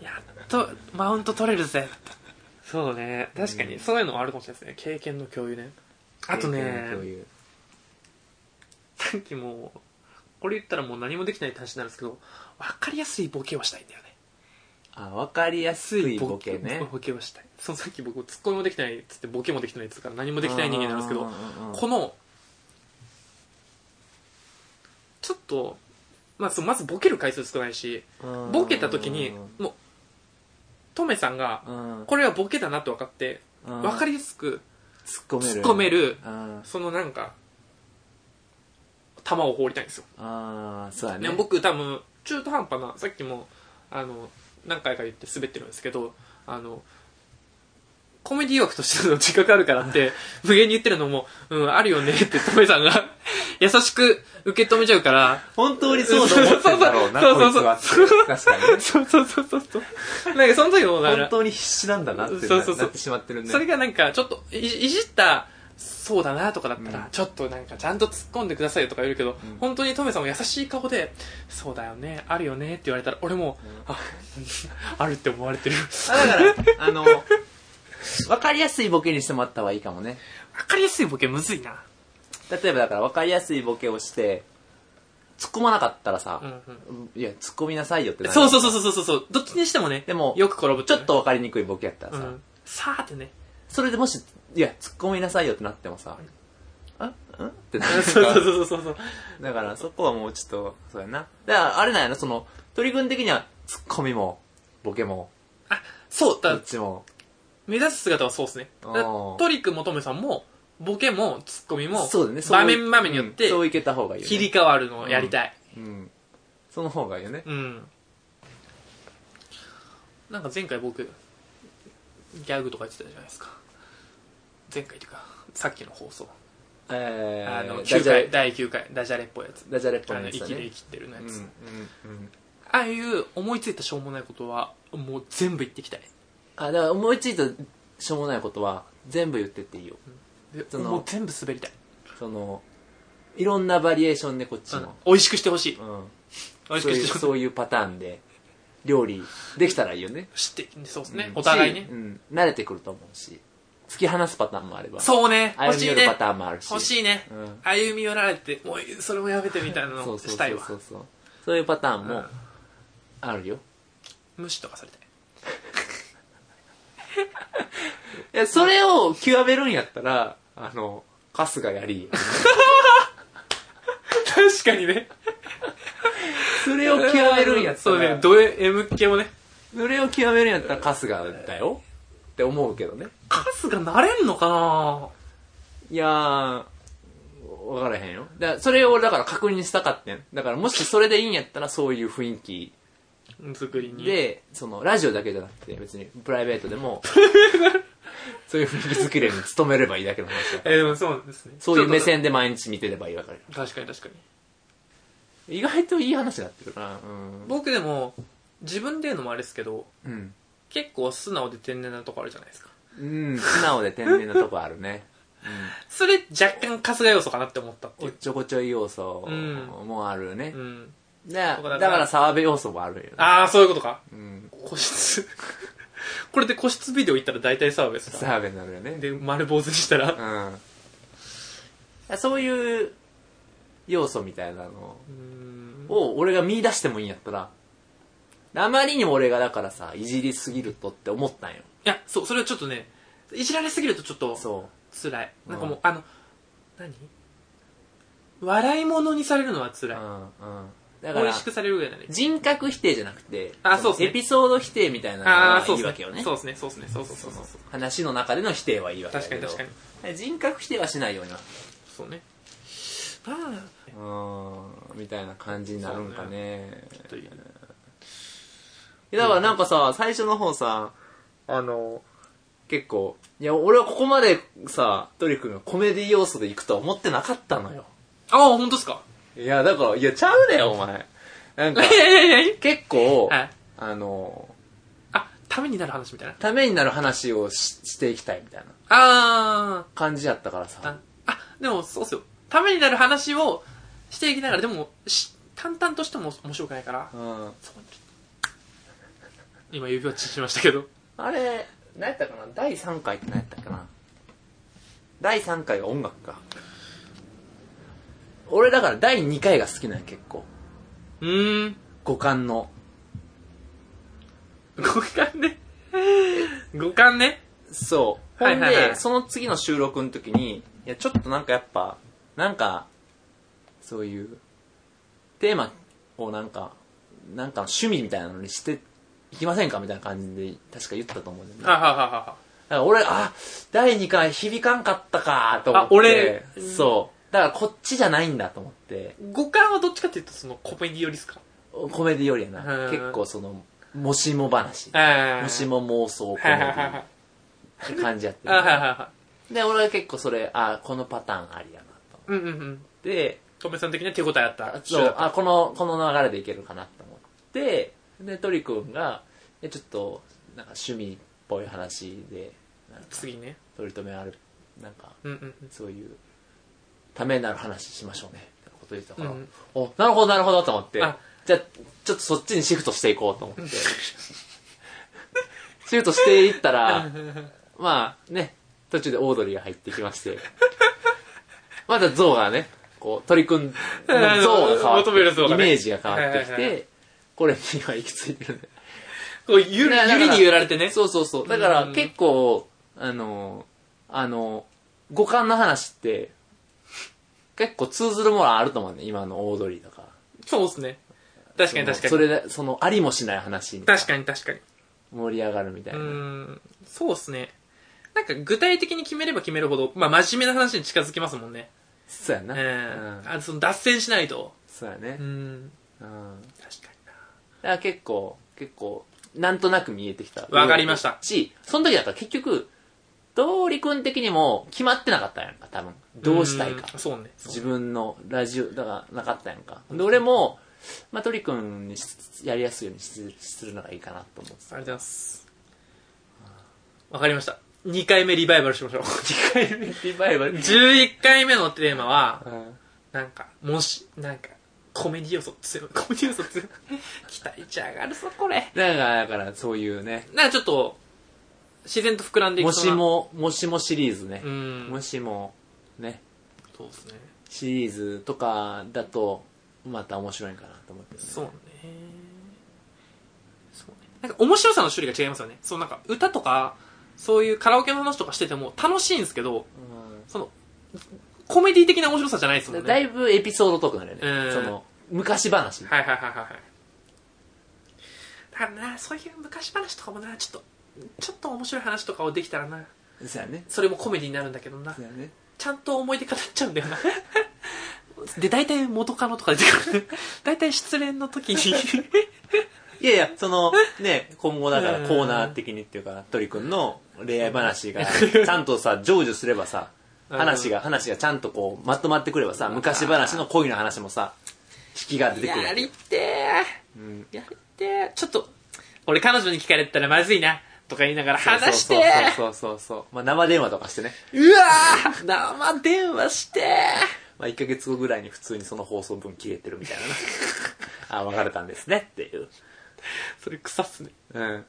[SPEAKER 1] やっと、マウント取れるぜ。そうね。確かに、そういうのはあるかもしれないですね。経験の共有ね。あとね、
[SPEAKER 2] 共有
[SPEAKER 1] さっきもう、これ言ったらもう何もできないって話なんですけど、わかりやすいボケをしたいんだよね。
[SPEAKER 2] あ分かりやすいボケね
[SPEAKER 1] ボケをしたい。そのさっき僕、ツッコミもできないっつって、ボケもできてないっつうから何もできない人間なんですけど
[SPEAKER 2] う、んうん
[SPEAKER 1] この、ちょっと、まあ、そうまずボケる回数少ないし、
[SPEAKER 2] うん
[SPEAKER 1] ボケた時に、もう、トメさんが、
[SPEAKER 2] うん
[SPEAKER 1] これはボケだなと分かって、
[SPEAKER 2] うん
[SPEAKER 1] 分かりやすく
[SPEAKER 2] 突っ込める
[SPEAKER 1] 突っ込める、
[SPEAKER 2] うん
[SPEAKER 1] そのなんか、球を放りたいんですよ。
[SPEAKER 2] ああそうだ
[SPEAKER 1] ね
[SPEAKER 2] ね、
[SPEAKER 1] 僕多分、中途半端な、さっきも、あの、何回か言って滑ってるんですけど、あの、コメディ枠としての自覚あるからって、無限に言ってるのも、うん、あるよねって、トメさんが、 優しく受け止めちゃうから、
[SPEAKER 2] 本当にそうと思ってんだろうな
[SPEAKER 1] そう
[SPEAKER 2] こ
[SPEAKER 1] そ
[SPEAKER 2] いうつ
[SPEAKER 1] そう
[SPEAKER 2] は確かに ね
[SPEAKER 1] そうそうそうそうそう。なんかその時も、だか
[SPEAKER 2] 本
[SPEAKER 1] ら、
[SPEAKER 2] 当に必死なんだなって
[SPEAKER 1] そうそうそう
[SPEAKER 2] なってしまってるね
[SPEAKER 1] それがなんか、ちょっとい、いじった、そうだなとかだったら、
[SPEAKER 2] うん
[SPEAKER 1] ちょっとなんか、ちゃんと突っ込んでくださいよとか言うけど、
[SPEAKER 2] うん
[SPEAKER 1] 本当にトメさんも優しい顔で、そうだよね、あるよねって言われたら、俺も、あ、あるって思われてる。
[SPEAKER 2] あだからあの分かりやすいボケにしてもらった方がいいかもね
[SPEAKER 1] わかりやすいボケむずいな。
[SPEAKER 2] 例えばだから分かりやすいボケをして突っ込まなかったらさ、
[SPEAKER 1] うんうん。
[SPEAKER 2] いや突っ込みなさいよってなる
[SPEAKER 1] そうそうそうそうそうそう。どっちにしてもね、
[SPEAKER 2] でも
[SPEAKER 1] よく転ぶ
[SPEAKER 2] ちょっ、と分かりにくいボケやったら
[SPEAKER 1] う
[SPEAKER 2] さ、
[SPEAKER 1] ん。さーってね。
[SPEAKER 2] それでもしいや突っ込みなさいよってなってもさ、あんってなる
[SPEAKER 1] そうそうそうそうそう。
[SPEAKER 2] だからそこはもうちょっとそうやなだからあれなんやなその取り組ん的にはツッコミもボケも
[SPEAKER 1] あ、そう、
[SPEAKER 2] ど
[SPEAKER 1] だ
[SPEAKER 2] っちも
[SPEAKER 1] 目指す姿はそうですね。だから
[SPEAKER 2] あー
[SPEAKER 1] トリックもトメさんも、ボケもツッコミも、
[SPEAKER 2] そうだねそう
[SPEAKER 1] 場面場面によっ
[SPEAKER 2] うん
[SPEAKER 1] て、
[SPEAKER 2] そういけた方がいいよ、ね、
[SPEAKER 1] 切り替わるのをやりたい。
[SPEAKER 2] うんその方がいいよね
[SPEAKER 1] うん。なんか前回僕、ギャグとか言ってたじゃないですか。前回っていうか、さっきの放送。
[SPEAKER 2] えー、
[SPEAKER 1] あの、
[SPEAKER 2] ダ
[SPEAKER 1] 9
[SPEAKER 2] ジャレ
[SPEAKER 1] 回、第9回、ダジャレっぽいやつ。
[SPEAKER 2] ダジャレっぽ
[SPEAKER 1] あ
[SPEAKER 2] い
[SPEAKER 1] の、
[SPEAKER 2] やつ
[SPEAKER 1] 生
[SPEAKER 2] だ
[SPEAKER 1] きる生
[SPEAKER 2] ね
[SPEAKER 1] きてるのや
[SPEAKER 2] うん
[SPEAKER 1] つ。
[SPEAKER 2] うんうん
[SPEAKER 1] ああいう思いついたしょうもないことは、もう全部言ってきたい。
[SPEAKER 2] あだから思いついたしょうもないことは全部言ってっていいよ
[SPEAKER 1] で
[SPEAKER 2] その
[SPEAKER 1] もう全部滑りたい。
[SPEAKER 2] そのいろんなバリエーションでこっち
[SPEAKER 1] うん
[SPEAKER 2] も、
[SPEAKER 1] 美味しくしてほしい。
[SPEAKER 2] うん
[SPEAKER 1] 美味しく
[SPEAKER 2] そういう
[SPEAKER 1] してほしい。
[SPEAKER 2] そういうパターンで料理できたらいいよね
[SPEAKER 1] 知って、そうですね
[SPEAKER 2] う。ん
[SPEAKER 1] お互い
[SPEAKER 2] し
[SPEAKER 1] ね
[SPEAKER 2] う。ん、慣れてくると思うし突き放すパターンもあれば
[SPEAKER 1] そうね。欲
[SPEAKER 2] 歩み
[SPEAKER 1] し
[SPEAKER 2] 寄
[SPEAKER 1] い
[SPEAKER 2] る
[SPEAKER 1] ね
[SPEAKER 2] パ。ターンもあるし
[SPEAKER 1] 欲しいね
[SPEAKER 2] うん。
[SPEAKER 1] 歩み寄られて、もう、それもやめてみたいな
[SPEAKER 2] そ
[SPEAKER 1] の
[SPEAKER 2] うそう
[SPEAKER 1] したい
[SPEAKER 2] そう
[SPEAKER 1] わ。
[SPEAKER 2] そうそうそういうパターン
[SPEAKER 1] う
[SPEAKER 2] も
[SPEAKER 1] ん
[SPEAKER 2] あるよ、
[SPEAKER 1] 無視とかされたい。
[SPEAKER 2] いやそれを極めるんやったらあの春日やり
[SPEAKER 1] 確かにね。
[SPEAKER 2] それを極めるんやっ た
[SPEAKER 1] そう
[SPEAKER 2] ら
[SPEAKER 1] ね、ド M 系もね。
[SPEAKER 2] それを極めるんやったら春日だよって思うけどね
[SPEAKER 1] カスがなれんのかない
[SPEAKER 2] やー分からへんよだからそれをだから確認したかってんだからもしそれでいいんやったらそういう雰囲気
[SPEAKER 1] 作りに。、
[SPEAKER 2] で、その、ラジオだけじゃなくて、別にプライベート でも、そういう雰囲気作れに努めればいいだけの話だか
[SPEAKER 1] えー
[SPEAKER 2] ら。
[SPEAKER 1] でもそうですね。
[SPEAKER 2] そういう目
[SPEAKER 1] ちょっ
[SPEAKER 2] 線で毎日見てればいいわけだか
[SPEAKER 1] と。確かに確かに。
[SPEAKER 2] ら。意外といい話になってるな。うん。
[SPEAKER 1] 僕でも、自分で言うのもあれですけど、
[SPEAKER 2] うん。
[SPEAKER 1] 結構素直で天然なとこあるじゃないですか。
[SPEAKER 2] うん、素直で天然なとこあ るね。
[SPEAKER 1] それ若干カスが要素かなって思ったって
[SPEAKER 2] お
[SPEAKER 1] い
[SPEAKER 2] っ
[SPEAKER 1] う。
[SPEAKER 2] ちょこちょい要素
[SPEAKER 1] うん
[SPEAKER 2] もあるね
[SPEAKER 1] う。ん。そ
[SPEAKER 2] だだか
[SPEAKER 1] こ
[SPEAKER 2] ら、
[SPEAKER 1] だから
[SPEAKER 2] 澤部要素もあるよね。
[SPEAKER 1] あー、そういうことか。
[SPEAKER 2] うん。
[SPEAKER 1] 個室。 これで個室ビデオ行ったら大体サービスか。
[SPEAKER 2] 澤部になるよね。
[SPEAKER 1] で、丸坊主にしたら。
[SPEAKER 2] うん。そういう要素みたいなの
[SPEAKER 1] うーん。
[SPEAKER 2] を俺が見出してもいいんやったら、あまりにも俺がだからさ、いじりすぎるとって思ったんよ。
[SPEAKER 1] いや、そう、それはちょっとね、いじられすぎるとちょっと、
[SPEAKER 2] そ
[SPEAKER 1] 辛い。
[SPEAKER 2] うん
[SPEAKER 1] なんかもう、あの、何笑い物にされるのは辛
[SPEAKER 2] う。
[SPEAKER 1] い。
[SPEAKER 2] うんうん。だか
[SPEAKER 1] 美味
[SPEAKER 2] ら、
[SPEAKER 1] しくされるぐらいだね。
[SPEAKER 2] 人格否定じゃなくて、
[SPEAKER 1] あそうっすね
[SPEAKER 2] エピソード否定みたいなの
[SPEAKER 1] ああー、
[SPEAKER 2] が
[SPEAKER 1] そう
[SPEAKER 2] いいわ
[SPEAKER 1] で
[SPEAKER 2] け
[SPEAKER 1] す
[SPEAKER 2] よ
[SPEAKER 1] ね。
[SPEAKER 2] ね。
[SPEAKER 1] そうですね、そうですね、そうそうそうそう。
[SPEAKER 2] 話の中での否定はいいわけだ
[SPEAKER 1] 確かに
[SPEAKER 2] けど。
[SPEAKER 1] 確かに。
[SPEAKER 2] に。人格否定はしないようにな。
[SPEAKER 1] そうね。まあ、
[SPEAKER 2] うん、みたいな感じになるんかね。
[SPEAKER 1] という。
[SPEAKER 2] いやだからなんかさ、最初の方さ、あの、結構、いや、俺はここまでさ、トリ君がコメディ要素で行くとは思ってなかったのよ。
[SPEAKER 1] ああ、本当ですか
[SPEAKER 2] いや、だから、いや、ちゃ うねよ、お前。なん
[SPEAKER 1] い
[SPEAKER 2] か
[SPEAKER 1] や、いやいやい
[SPEAKER 2] 結構、
[SPEAKER 1] やはい。
[SPEAKER 2] あの、
[SPEAKER 1] あ、ためになる話みたいな。
[SPEAKER 2] ためになる話をししていきたいみたいな
[SPEAKER 1] あ
[SPEAKER 2] 感じやったから
[SPEAKER 1] ー
[SPEAKER 2] さ
[SPEAKER 1] あ。あ、でもそうっすよ。ためになる話をしていきながら、でも、し淡々としても面白くないから、
[SPEAKER 2] うん
[SPEAKER 1] そこに今指をちしましたけど。
[SPEAKER 2] あれ何やったかな第3回って何やったかな第3回が音楽か俺だから第2回が好きなんや結構
[SPEAKER 1] うーん。
[SPEAKER 2] 五感の
[SPEAKER 1] 五感ね。五感ね。
[SPEAKER 2] そう。
[SPEAKER 1] は
[SPEAKER 2] ほ
[SPEAKER 1] い
[SPEAKER 2] ん
[SPEAKER 1] はいはい
[SPEAKER 2] で、その次の収録の時に、いや、ちょっとなんかやっぱ、なんか、そういう、テーマをなんか、なんか趣味みたいなのにしていきませんかみたいな感じで、確か言ったと思うんだよね。だ
[SPEAKER 1] はははは
[SPEAKER 2] から俺、あ、第2回響かんかったかと思って。
[SPEAKER 1] あ俺
[SPEAKER 2] そう。だからこっちじゃないんだと思って、
[SPEAKER 1] 五感はどっちかっていうと、そのコメディよりっすか
[SPEAKER 2] コメディよりやな
[SPEAKER 1] うん。
[SPEAKER 2] 結構その、もしも話。
[SPEAKER 1] あ
[SPEAKER 2] もし。も妄想コメデ
[SPEAKER 1] はいはいはい
[SPEAKER 2] ィ
[SPEAKER 1] はい。
[SPEAKER 2] って感じやって
[SPEAKER 1] あはいはい
[SPEAKER 2] る。
[SPEAKER 1] は
[SPEAKER 2] で、俺は結構それ、あ、このパターンありやなと。
[SPEAKER 1] い。うんうんうん。
[SPEAKER 2] で、
[SPEAKER 1] トメさん的には手応えあった。
[SPEAKER 2] そう、あ、この、この流れでいけるかなと思って、で、トリ君が、えちょっと、なんか趣味っぽい話で、なんか
[SPEAKER 1] 次ね。
[SPEAKER 2] 取り留めある、なんか、
[SPEAKER 1] うんうんうん。
[SPEAKER 2] そういう、ためになる話しましょうね、みたいなこと言ってたから、
[SPEAKER 1] うん
[SPEAKER 2] お、なるほど、なるほど、と思って
[SPEAKER 1] あ、
[SPEAKER 2] じゃあ、ちょっとそっちにシフトしていこうと思って、 シフトしていっ たら、まあね、途中でオードリーが入ってきまして、また像がね、こう、鳥 くんの像が変わって、
[SPEAKER 1] 求める像が
[SPEAKER 2] イ
[SPEAKER 1] ね
[SPEAKER 2] メージが変わってき
[SPEAKER 1] はいはいは
[SPEAKER 2] て、これには行き着いてるね。
[SPEAKER 1] こう、ゆる、
[SPEAKER 2] だから
[SPEAKER 1] ゆりに揺られてね。
[SPEAKER 2] そうそうそう。だから
[SPEAKER 1] うん
[SPEAKER 2] 結構、あの、あの、五感の話って、結構通ずるものあると思うね、今のオードリーとか。
[SPEAKER 1] そうっすね。確かに確か
[SPEAKER 2] そ
[SPEAKER 1] に。
[SPEAKER 2] のそれで、その、ありもしない話に
[SPEAKER 1] 確かに確かに。
[SPEAKER 2] 盛り上がるみたいうな。
[SPEAKER 1] ん。そうっすね。なんか具体的に決めれば決めるほど、まあ真面目な話に近づきますもんね。
[SPEAKER 2] そうやな。
[SPEAKER 1] うん
[SPEAKER 2] うん。
[SPEAKER 1] あその脱線しないと。
[SPEAKER 2] そうやね
[SPEAKER 1] う。ん。
[SPEAKER 2] うん。だ
[SPEAKER 1] 確かにな。
[SPEAKER 2] から結構、結構、なんとなく見えてきた。
[SPEAKER 1] わかりました
[SPEAKER 2] し、その時だから結局、道理君的にも決まってなかったやんか、多分。どうしたいか
[SPEAKER 1] ん。そうね。そう
[SPEAKER 2] 自分のラジオだからなかったやんかで俺も、まあ、トリ君にしやりやすいようにしするのがいいかなと思って
[SPEAKER 1] ありがとうございます。わかりました。2回目リバイバルしましょう。
[SPEAKER 2] た2回目リバイバル
[SPEAKER 1] 11回目のテーマは、
[SPEAKER 2] うん
[SPEAKER 1] なんか、もし、なんか、コメディ要素強い。コメディ要素強い。期待値上がるぞ、これ。
[SPEAKER 2] だからだからそういうね
[SPEAKER 1] なんかちょっと、自然と膨らんでい
[SPEAKER 2] も
[SPEAKER 1] きそう
[SPEAKER 2] し
[SPEAKER 1] な。
[SPEAKER 2] ももしもシリーズね
[SPEAKER 1] う、ん。
[SPEAKER 2] もしもね
[SPEAKER 1] そうですね。
[SPEAKER 2] シリーズとかだとまた面白いんかなと思って、ね、
[SPEAKER 1] そうね。そうね。なんか面白さの種類が違いますよね。そうなんか歌とか、そういうカラオケの話とかしてても楽しいんですけど、その、コメディ的な面白さじゃないです
[SPEAKER 2] うん
[SPEAKER 1] も
[SPEAKER 2] だ
[SPEAKER 1] んね。
[SPEAKER 2] だいぶエピソードトークなるよね、
[SPEAKER 1] うん
[SPEAKER 2] その昔話、
[SPEAKER 1] はいはいはいはいはい。だからな、そういう昔話とかもな、ちょっと、ちょっと面白い話とかをできたらな、
[SPEAKER 2] そうやね
[SPEAKER 1] それもコメディになるんだけどな。
[SPEAKER 2] うやね
[SPEAKER 1] ちゃんと思い出語っちゃうんだよな。 で、大体元カノとか出てくる。大体失恋の時に。
[SPEAKER 2] いやいや、そ の、ね、今後だからコーナー的にっていうか、鳥くんの恋愛話 が、ちゃんとさ、成就すればさ、
[SPEAKER 1] うん
[SPEAKER 2] 話が、話がちゃんとこう、まとまってくればさ、昔話の恋の話もさ、引きが出てくる
[SPEAKER 1] や
[SPEAKER 2] わけ
[SPEAKER 1] りてえ
[SPEAKER 2] うん
[SPEAKER 1] やりてえちょっと、俺彼女に聞かれたらまずいな、とか言いながら話して
[SPEAKER 2] そうそうそうそうそう。まあ、生電話とかしてね。
[SPEAKER 1] うわー生電話して
[SPEAKER 2] まあ、1ヶ月後ぐらいに普通にその放送分切れてるみ たいな。あ、別れたんですねっていう。
[SPEAKER 1] それ草っすね。
[SPEAKER 2] うん。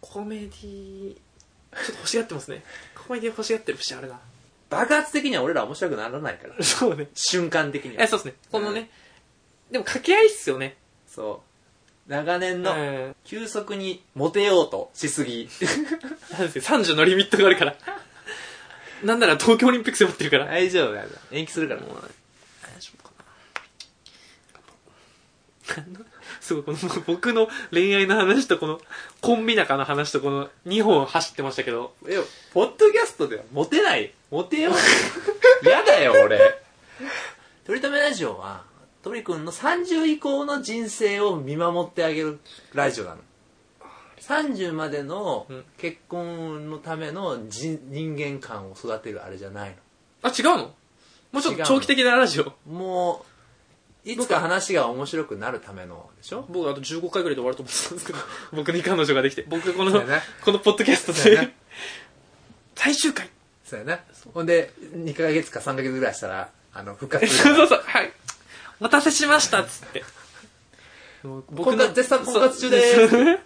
[SPEAKER 1] コメディちょっと欲しがってますね。コメディ欲しがってる節あるな。
[SPEAKER 2] 爆発的には俺ら面白くならないから。
[SPEAKER 1] そうね。
[SPEAKER 2] 瞬間的に
[SPEAKER 1] え、
[SPEAKER 2] は。
[SPEAKER 1] そうっすね。このね、でも掛け合いっすよね。
[SPEAKER 2] そう。長年
[SPEAKER 1] う
[SPEAKER 2] の、
[SPEAKER 1] ん。
[SPEAKER 2] 急速にモテようとしすぎ。
[SPEAKER 1] なんせ30のリミットがあるから。なんなら東京オリンピック迫ってるから。
[SPEAKER 2] 大丈夫だよ。延期するから。
[SPEAKER 1] 大丈夫かなすごいこの僕の恋愛の話とこのコンビ仲の話とこの2本走ってましたけど
[SPEAKER 2] え、ポッドキャストではモテない。モテよ う。やだよ、俺。取り留めラジオは、鳥くんの30以降の人生を見守ってあげるラジオなの。30までの
[SPEAKER 1] うん
[SPEAKER 2] 結婚のための人人間観を育てるあれじゃない
[SPEAKER 1] あ違うのもうちょっ
[SPEAKER 2] 違う
[SPEAKER 1] と
[SPEAKER 2] の
[SPEAKER 1] 長期的なラジオ
[SPEAKER 2] の。もう、
[SPEAKER 4] いつか話が面白くなるためのでしょ
[SPEAKER 1] 僕あと15回ぐらいで終わると思ってたんですけど 僕に彼女ができて僕がこの、
[SPEAKER 4] そうやね
[SPEAKER 1] このポッドキャスト
[SPEAKER 4] そう
[SPEAKER 1] で、
[SPEAKER 4] やね
[SPEAKER 1] 最終回
[SPEAKER 4] そうやねほんで2ヶ月か3ヶ月ぐらいしたらあの復活す
[SPEAKER 1] そう
[SPEAKER 4] る
[SPEAKER 1] そうそうはいお待たせしましたっつってもう
[SPEAKER 4] 婚活絶賛婚活中です
[SPEAKER 1] す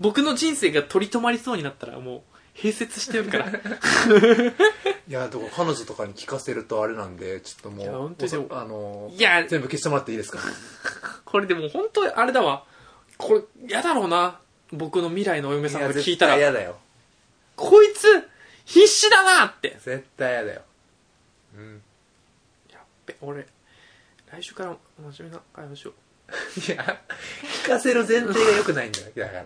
[SPEAKER 1] 僕の人生が取り留まりそうになったらもう併設してやるから
[SPEAKER 4] いやだから彼女とかに聞かせるとあれなんでちょっともう
[SPEAKER 1] や本当にでも
[SPEAKER 4] おさあの
[SPEAKER 1] いや
[SPEAKER 4] 全部消してもらっていいですか
[SPEAKER 1] これでも本当あれだわこれ嫌だろうな僕の未来のお嫁さんが聞いた
[SPEAKER 4] いや絶対嫌
[SPEAKER 1] ら
[SPEAKER 4] だよ
[SPEAKER 1] こいつ必死だなって
[SPEAKER 4] 絶対嫌だようん
[SPEAKER 1] やっべ俺来週から真面目な会話しよう
[SPEAKER 4] いや聞かせる前提が良くないんだよだから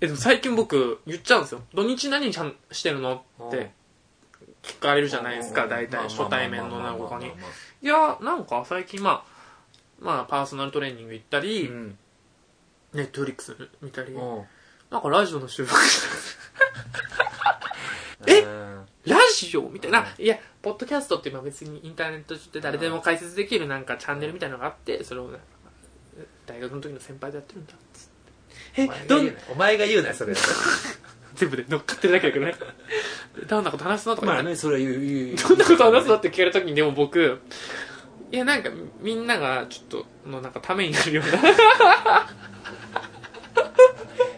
[SPEAKER 1] えでも最近僕言っちゃうんですよ土日何ちゃんしてるのって聞かれるじゃないですか大体初対面の女の子にいやなんか最近まあまあパーソナルトレーニング行ったり、
[SPEAKER 4] うん
[SPEAKER 1] ネットフリックス見たり、
[SPEAKER 4] うん
[SPEAKER 1] なんかラジオの収録え
[SPEAKER 4] うん
[SPEAKER 1] ラジオみたいな、いやポッドキャストって今別にインターネット上で誰でも解説できるなんかチャンネルみたいなのがあってそれをなんか大学の時の先輩でやってるんだっつって
[SPEAKER 4] お
[SPEAKER 1] え
[SPEAKER 4] 前が
[SPEAKER 1] ど
[SPEAKER 4] 言うんなお前が言うなよそれ
[SPEAKER 1] 全部で乗っかってるだけだけどね どんなこと話すのとか言って
[SPEAKER 4] まあね それは言う言う言う
[SPEAKER 1] どんなこと話すのって聞かれた時にでも僕、いやなんかみんながちょっとのなんかためになるよ う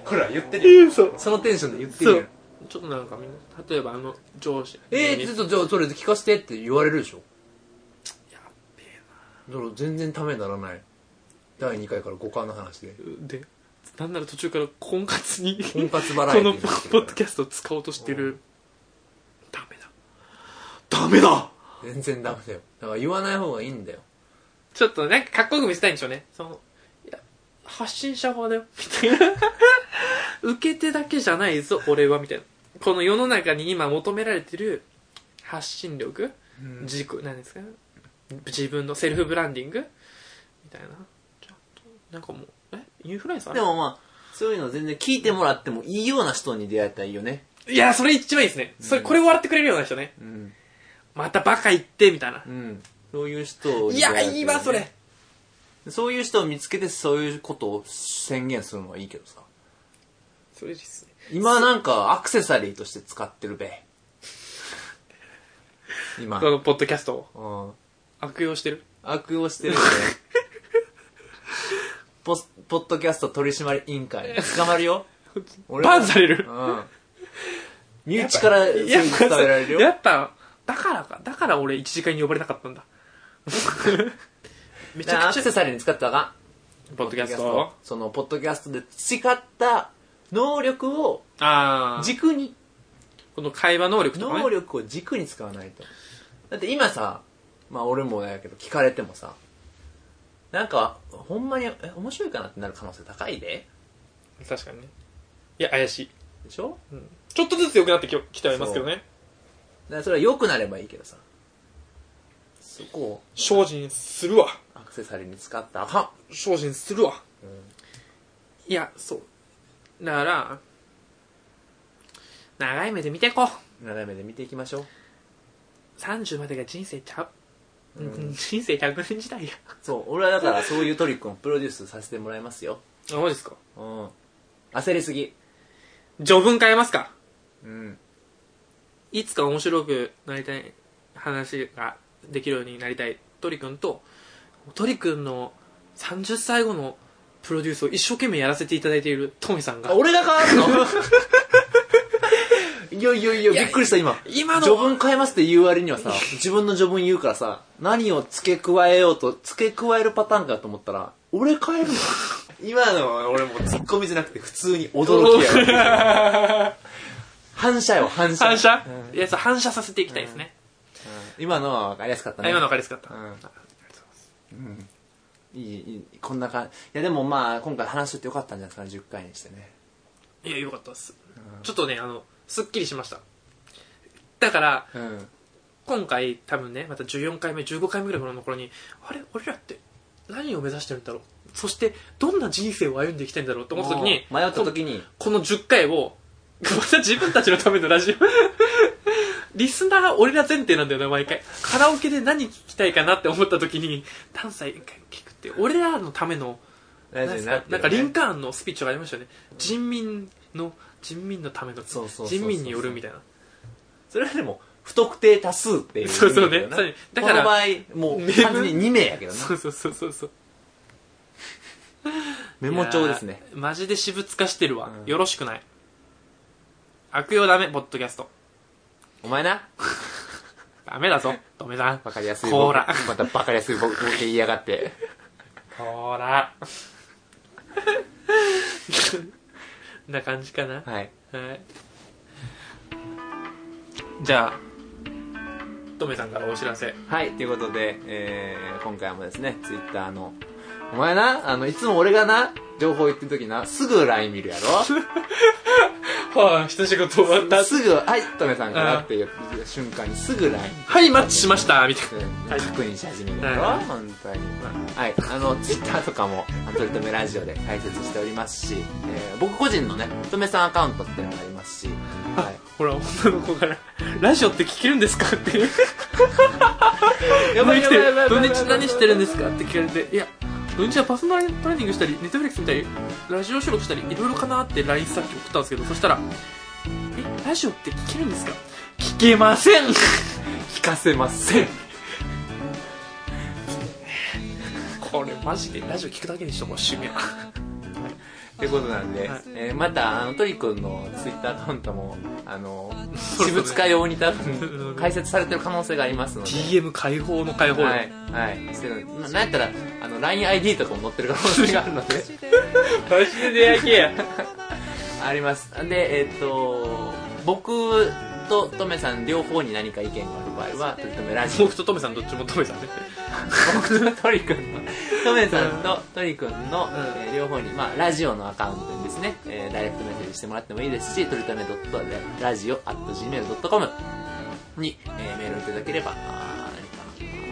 [SPEAKER 4] ほら言ってるよ
[SPEAKER 1] な。そう。
[SPEAKER 4] そのテンションで言って
[SPEAKER 1] そ
[SPEAKER 4] るよ
[SPEAKER 1] う。ちょっとなんかみんな、例えばあの上司。
[SPEAKER 4] えー、ちょっとじゃあそれ聞かせてって言われるでしょ
[SPEAKER 1] やっべ
[SPEAKER 4] だから全然ためにならない第2回から5巻の話 で
[SPEAKER 1] えな。で、なんなら途中から婚活 に、
[SPEAKER 4] 婚活払
[SPEAKER 1] こ
[SPEAKER 4] い
[SPEAKER 1] の
[SPEAKER 4] って
[SPEAKER 1] ポ
[SPEAKER 4] 言ってる
[SPEAKER 1] ッドキャストを使おうとして
[SPEAKER 4] う
[SPEAKER 1] る。ダメだ。ダメだ
[SPEAKER 4] 全然ダメだよだから言わない方がいいんだよ
[SPEAKER 1] ちょっとなんかかっこよく見せたいんでしょうね。その、いや、発信者法だよ。みたいな。 受け手だけじゃないぞ、俺は、みたいな。この世の中に今求められてる発信力、自己、何ですか自分のセルフブランディングみたいな。ちょっと、なんかもう、えインフルエンサー
[SPEAKER 2] でもまあ、そういうの全然聞いてもらってもいいような人に出会えたらいいよね。
[SPEAKER 1] いや、それ一番いいですね。それ、これ笑ってくれるような人ね。
[SPEAKER 2] うん。
[SPEAKER 1] またバカ言って、みたいな
[SPEAKER 2] う。ん。そういう人
[SPEAKER 1] い
[SPEAKER 2] に出会えた
[SPEAKER 1] や、
[SPEAKER 2] らね
[SPEAKER 1] いいわ、それ。。
[SPEAKER 2] そういう人を見つけてそういうことを宣言するのはいいけどさ。
[SPEAKER 1] それですね。
[SPEAKER 2] 今なんかアクセサリーとして使ってるべ。今。
[SPEAKER 1] このポッドキャストを
[SPEAKER 2] うん。
[SPEAKER 1] 悪用してる。
[SPEAKER 2] 悪用してる ね。ポス、ポッドキャスト取締り委員会。捕ま るよ。俺は
[SPEAKER 1] バンされる。
[SPEAKER 2] うん。身内からそう
[SPEAKER 1] や
[SPEAKER 2] い
[SPEAKER 1] っ
[SPEAKER 2] う伝え
[SPEAKER 1] ぱ
[SPEAKER 2] られる
[SPEAKER 1] や
[SPEAKER 2] よ。
[SPEAKER 1] っぱだからか。だから俺一時間に呼ばれなか ったんだ。めち
[SPEAKER 2] だから
[SPEAKER 1] ゃ
[SPEAKER 2] ア
[SPEAKER 1] く
[SPEAKER 2] ク
[SPEAKER 1] ち
[SPEAKER 2] セ
[SPEAKER 1] ゃ、
[SPEAKER 2] サリーに使ったらあかん。
[SPEAKER 1] ポッドキャスト
[SPEAKER 2] そのポッドキャストで培った能力を
[SPEAKER 1] ああ。
[SPEAKER 2] 軸に
[SPEAKER 1] この会話能力とかね。
[SPEAKER 2] 能力を軸に使わないとだって今さまあ俺もだけど聞かれてもさなんかほんまにえ面白いかなってなる可能性高いで
[SPEAKER 1] 確かにね。いや、怪しい。
[SPEAKER 2] でしょ
[SPEAKER 1] ちょっとずつ良くなってききてはいますけどね。
[SPEAKER 2] だからそれは良くなればいいけどさそこを
[SPEAKER 1] 精進するわ。
[SPEAKER 2] アクセサリーに使ったらあかん
[SPEAKER 1] 精進するわ。いや、そう。だから、長い目で見てこう。
[SPEAKER 2] 斜めで見ていきましょう
[SPEAKER 1] 30までが人生ちゃう。うん、人生100年時代や。
[SPEAKER 2] そう俺はだからそういうトリックをプロデュースさせてもらいますよ
[SPEAKER 1] あ、マジですか
[SPEAKER 2] うん焦りすぎ
[SPEAKER 1] 序文変えますか
[SPEAKER 2] うん
[SPEAKER 1] いつか面白くなりたい話ができるようになりたいトリくんとトリくんの30歳後のプロデュースを一生懸命やらせていただいているトミさんが
[SPEAKER 2] 俺が変わるの いやいやいや、びっくりした今。
[SPEAKER 1] 今
[SPEAKER 2] 序
[SPEAKER 1] の
[SPEAKER 2] 文変えますって言う割にはさ、自分の序文言うからさ、何を付け加えようと、付け加えるパターンかと思ったら、俺変えるの 今のは俺もうツッコミじゃなくて普通に驚きやよ。 反射よ、反 射。
[SPEAKER 1] 反射
[SPEAKER 2] うん
[SPEAKER 1] いやそう反射させていきたいですね、
[SPEAKER 2] 今のは分かりやすかったね。
[SPEAKER 1] あ今の分かりやすかった、
[SPEAKER 2] うん
[SPEAKER 1] ありがと
[SPEAKER 2] いい、いい、こんな感じ。いやでもまあ、今回話しとってよかったんじゃないですかね、10回にしてね。
[SPEAKER 1] うございますいやよかったです、ちょっとねあのすっきりしましただから
[SPEAKER 2] うん。
[SPEAKER 1] 今回多分ねまた14回目15回目ぐらいの頃にあれ俺らって何を目指してるんだろうそしてどんな人生を歩んでいきたいんだろうと思った時に
[SPEAKER 2] 迷った時に、
[SPEAKER 1] この10回を、また自分たちのためのラジオ リスナー俺ら前提なんだよな、毎回。カラオケで何聞きたいかなって思った時に、関西聞くって、俺らのための、なんですかなんかリンカーンのスピーチがありましたよね。人民の、人民のための、
[SPEAKER 2] そうそうそうそう
[SPEAKER 1] 人民によるみたいな。
[SPEAKER 2] それはでも不特定多数っていう
[SPEAKER 1] そうそうね
[SPEAKER 2] 意味だ
[SPEAKER 1] そ
[SPEAKER 2] よ
[SPEAKER 1] う
[SPEAKER 2] な
[SPEAKER 1] ねだから
[SPEAKER 2] この場合もう
[SPEAKER 1] 名分
[SPEAKER 2] 完全に2名やけどな
[SPEAKER 1] そうそうそうそうそう。
[SPEAKER 2] メモ帳ですね
[SPEAKER 1] いやー。マジで私物化してるわ。
[SPEAKER 2] うん
[SPEAKER 1] よろしくない。悪用ダメ、ポッドキャスト。
[SPEAKER 2] お前な
[SPEAKER 1] ダメだ ぞ、ドメさん。
[SPEAKER 5] わかりやすい
[SPEAKER 1] こーら
[SPEAKER 5] またわかりやすいボケ言いやがって
[SPEAKER 1] ほら。 こんな感じかな。
[SPEAKER 5] はい
[SPEAKER 1] はい。じゃあ、トメさんからお知らせ。
[SPEAKER 2] はいということで、えー今回もですねツイッターのお前なあのいつも俺がな情報言ってる時なすぐ LINE 見るや ろ
[SPEAKER 1] はあ、一仕事終わった。
[SPEAKER 2] すぐ「はいトメさんから」って言った瞬間にすぐ LINE
[SPEAKER 1] はい、マッチしましたみたいはい
[SPEAKER 2] 確認し始めたよ、
[SPEAKER 1] はい
[SPEAKER 2] 本当に、はいあのツイッターとかも「とりとめラジオ」で解説しておりますし、えー僕個人のねとめさんアカウントっていうのがありますし、は
[SPEAKER 1] な。 ほら、女の子から、ラジオって聞けるんですかって。
[SPEAKER 2] い、
[SPEAKER 1] やばいやばいやばい
[SPEAKER 2] 土
[SPEAKER 1] 土
[SPEAKER 2] 日
[SPEAKER 1] 日何してるんですかって聞かれて、いや、土日はパーソナルトレーニングしたり、ネットフリックス見たり、ラジオ収録したり、いろいろかなって LINE さっき送ったんですけど、そしたら、え、ラジオって聞けるんですか聞けません
[SPEAKER 2] 聞かせません
[SPEAKER 1] これマジでラジオ聞くだけにしても趣味や。
[SPEAKER 2] ってことなんで、
[SPEAKER 1] はい
[SPEAKER 2] えーまたあのトリくんのツイッターアカウントもあの
[SPEAKER 1] う
[SPEAKER 2] 私
[SPEAKER 1] そう
[SPEAKER 2] 物化用に多
[SPEAKER 1] そうそう
[SPEAKER 2] 分解説されてる可能性がありますので
[SPEAKER 1] DM 解放の解放よ、
[SPEAKER 2] はい、はい、してるななんやったらあの LINEID とかも載ってる可能性があ るので
[SPEAKER 1] マジで出会い系や。
[SPEAKER 2] ありますでえっ、と僕とトメさん両方に何か意見がある場合は「とりとめラジオ
[SPEAKER 1] 僕とトメさんどっちもトメさんね。」
[SPEAKER 2] 僕とトリくんのトメさんとトリくんの、えー両方に、まあ、ラジオのアカウントにですね、えーダイレクトメッセージしてもらってもいいですし「とりとめ .radio.gmail.com」に、えーメールをいただければあー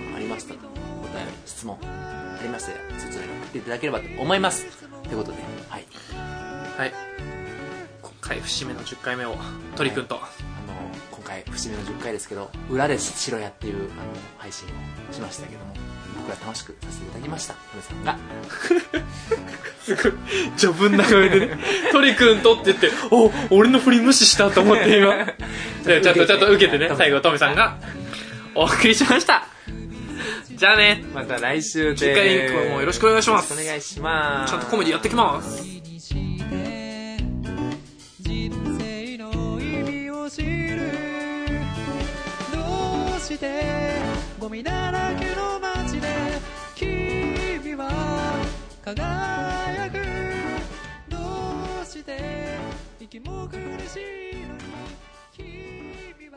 [SPEAKER 2] 何かありましたとお便り質問ありましたらそちらに送っていただければと思いますということではい
[SPEAKER 1] はい。今回節目の10回目を、鳥くんと。
[SPEAKER 2] あの今回節目の10回ですけど裏で白屋っていうあの配信をしましたけども僕は楽しくさせていただきました皆さんが
[SPEAKER 1] すごい、序文長め でね、鳥くんとって言って、お、俺の振り無視したと思って 今。でちゃんとちゃんと受けてね、最後トメさんが、お送りしました。じゃあね、
[SPEAKER 2] また来週
[SPEAKER 1] 10回以降もよろしくお願いします。
[SPEAKER 2] お願いします
[SPEAKER 1] ちゃんとコメディやってきます。
[SPEAKER 6] 人生の意味を知るどうしてゴミだらけの街で君は輝くどうして息も苦しいのに君は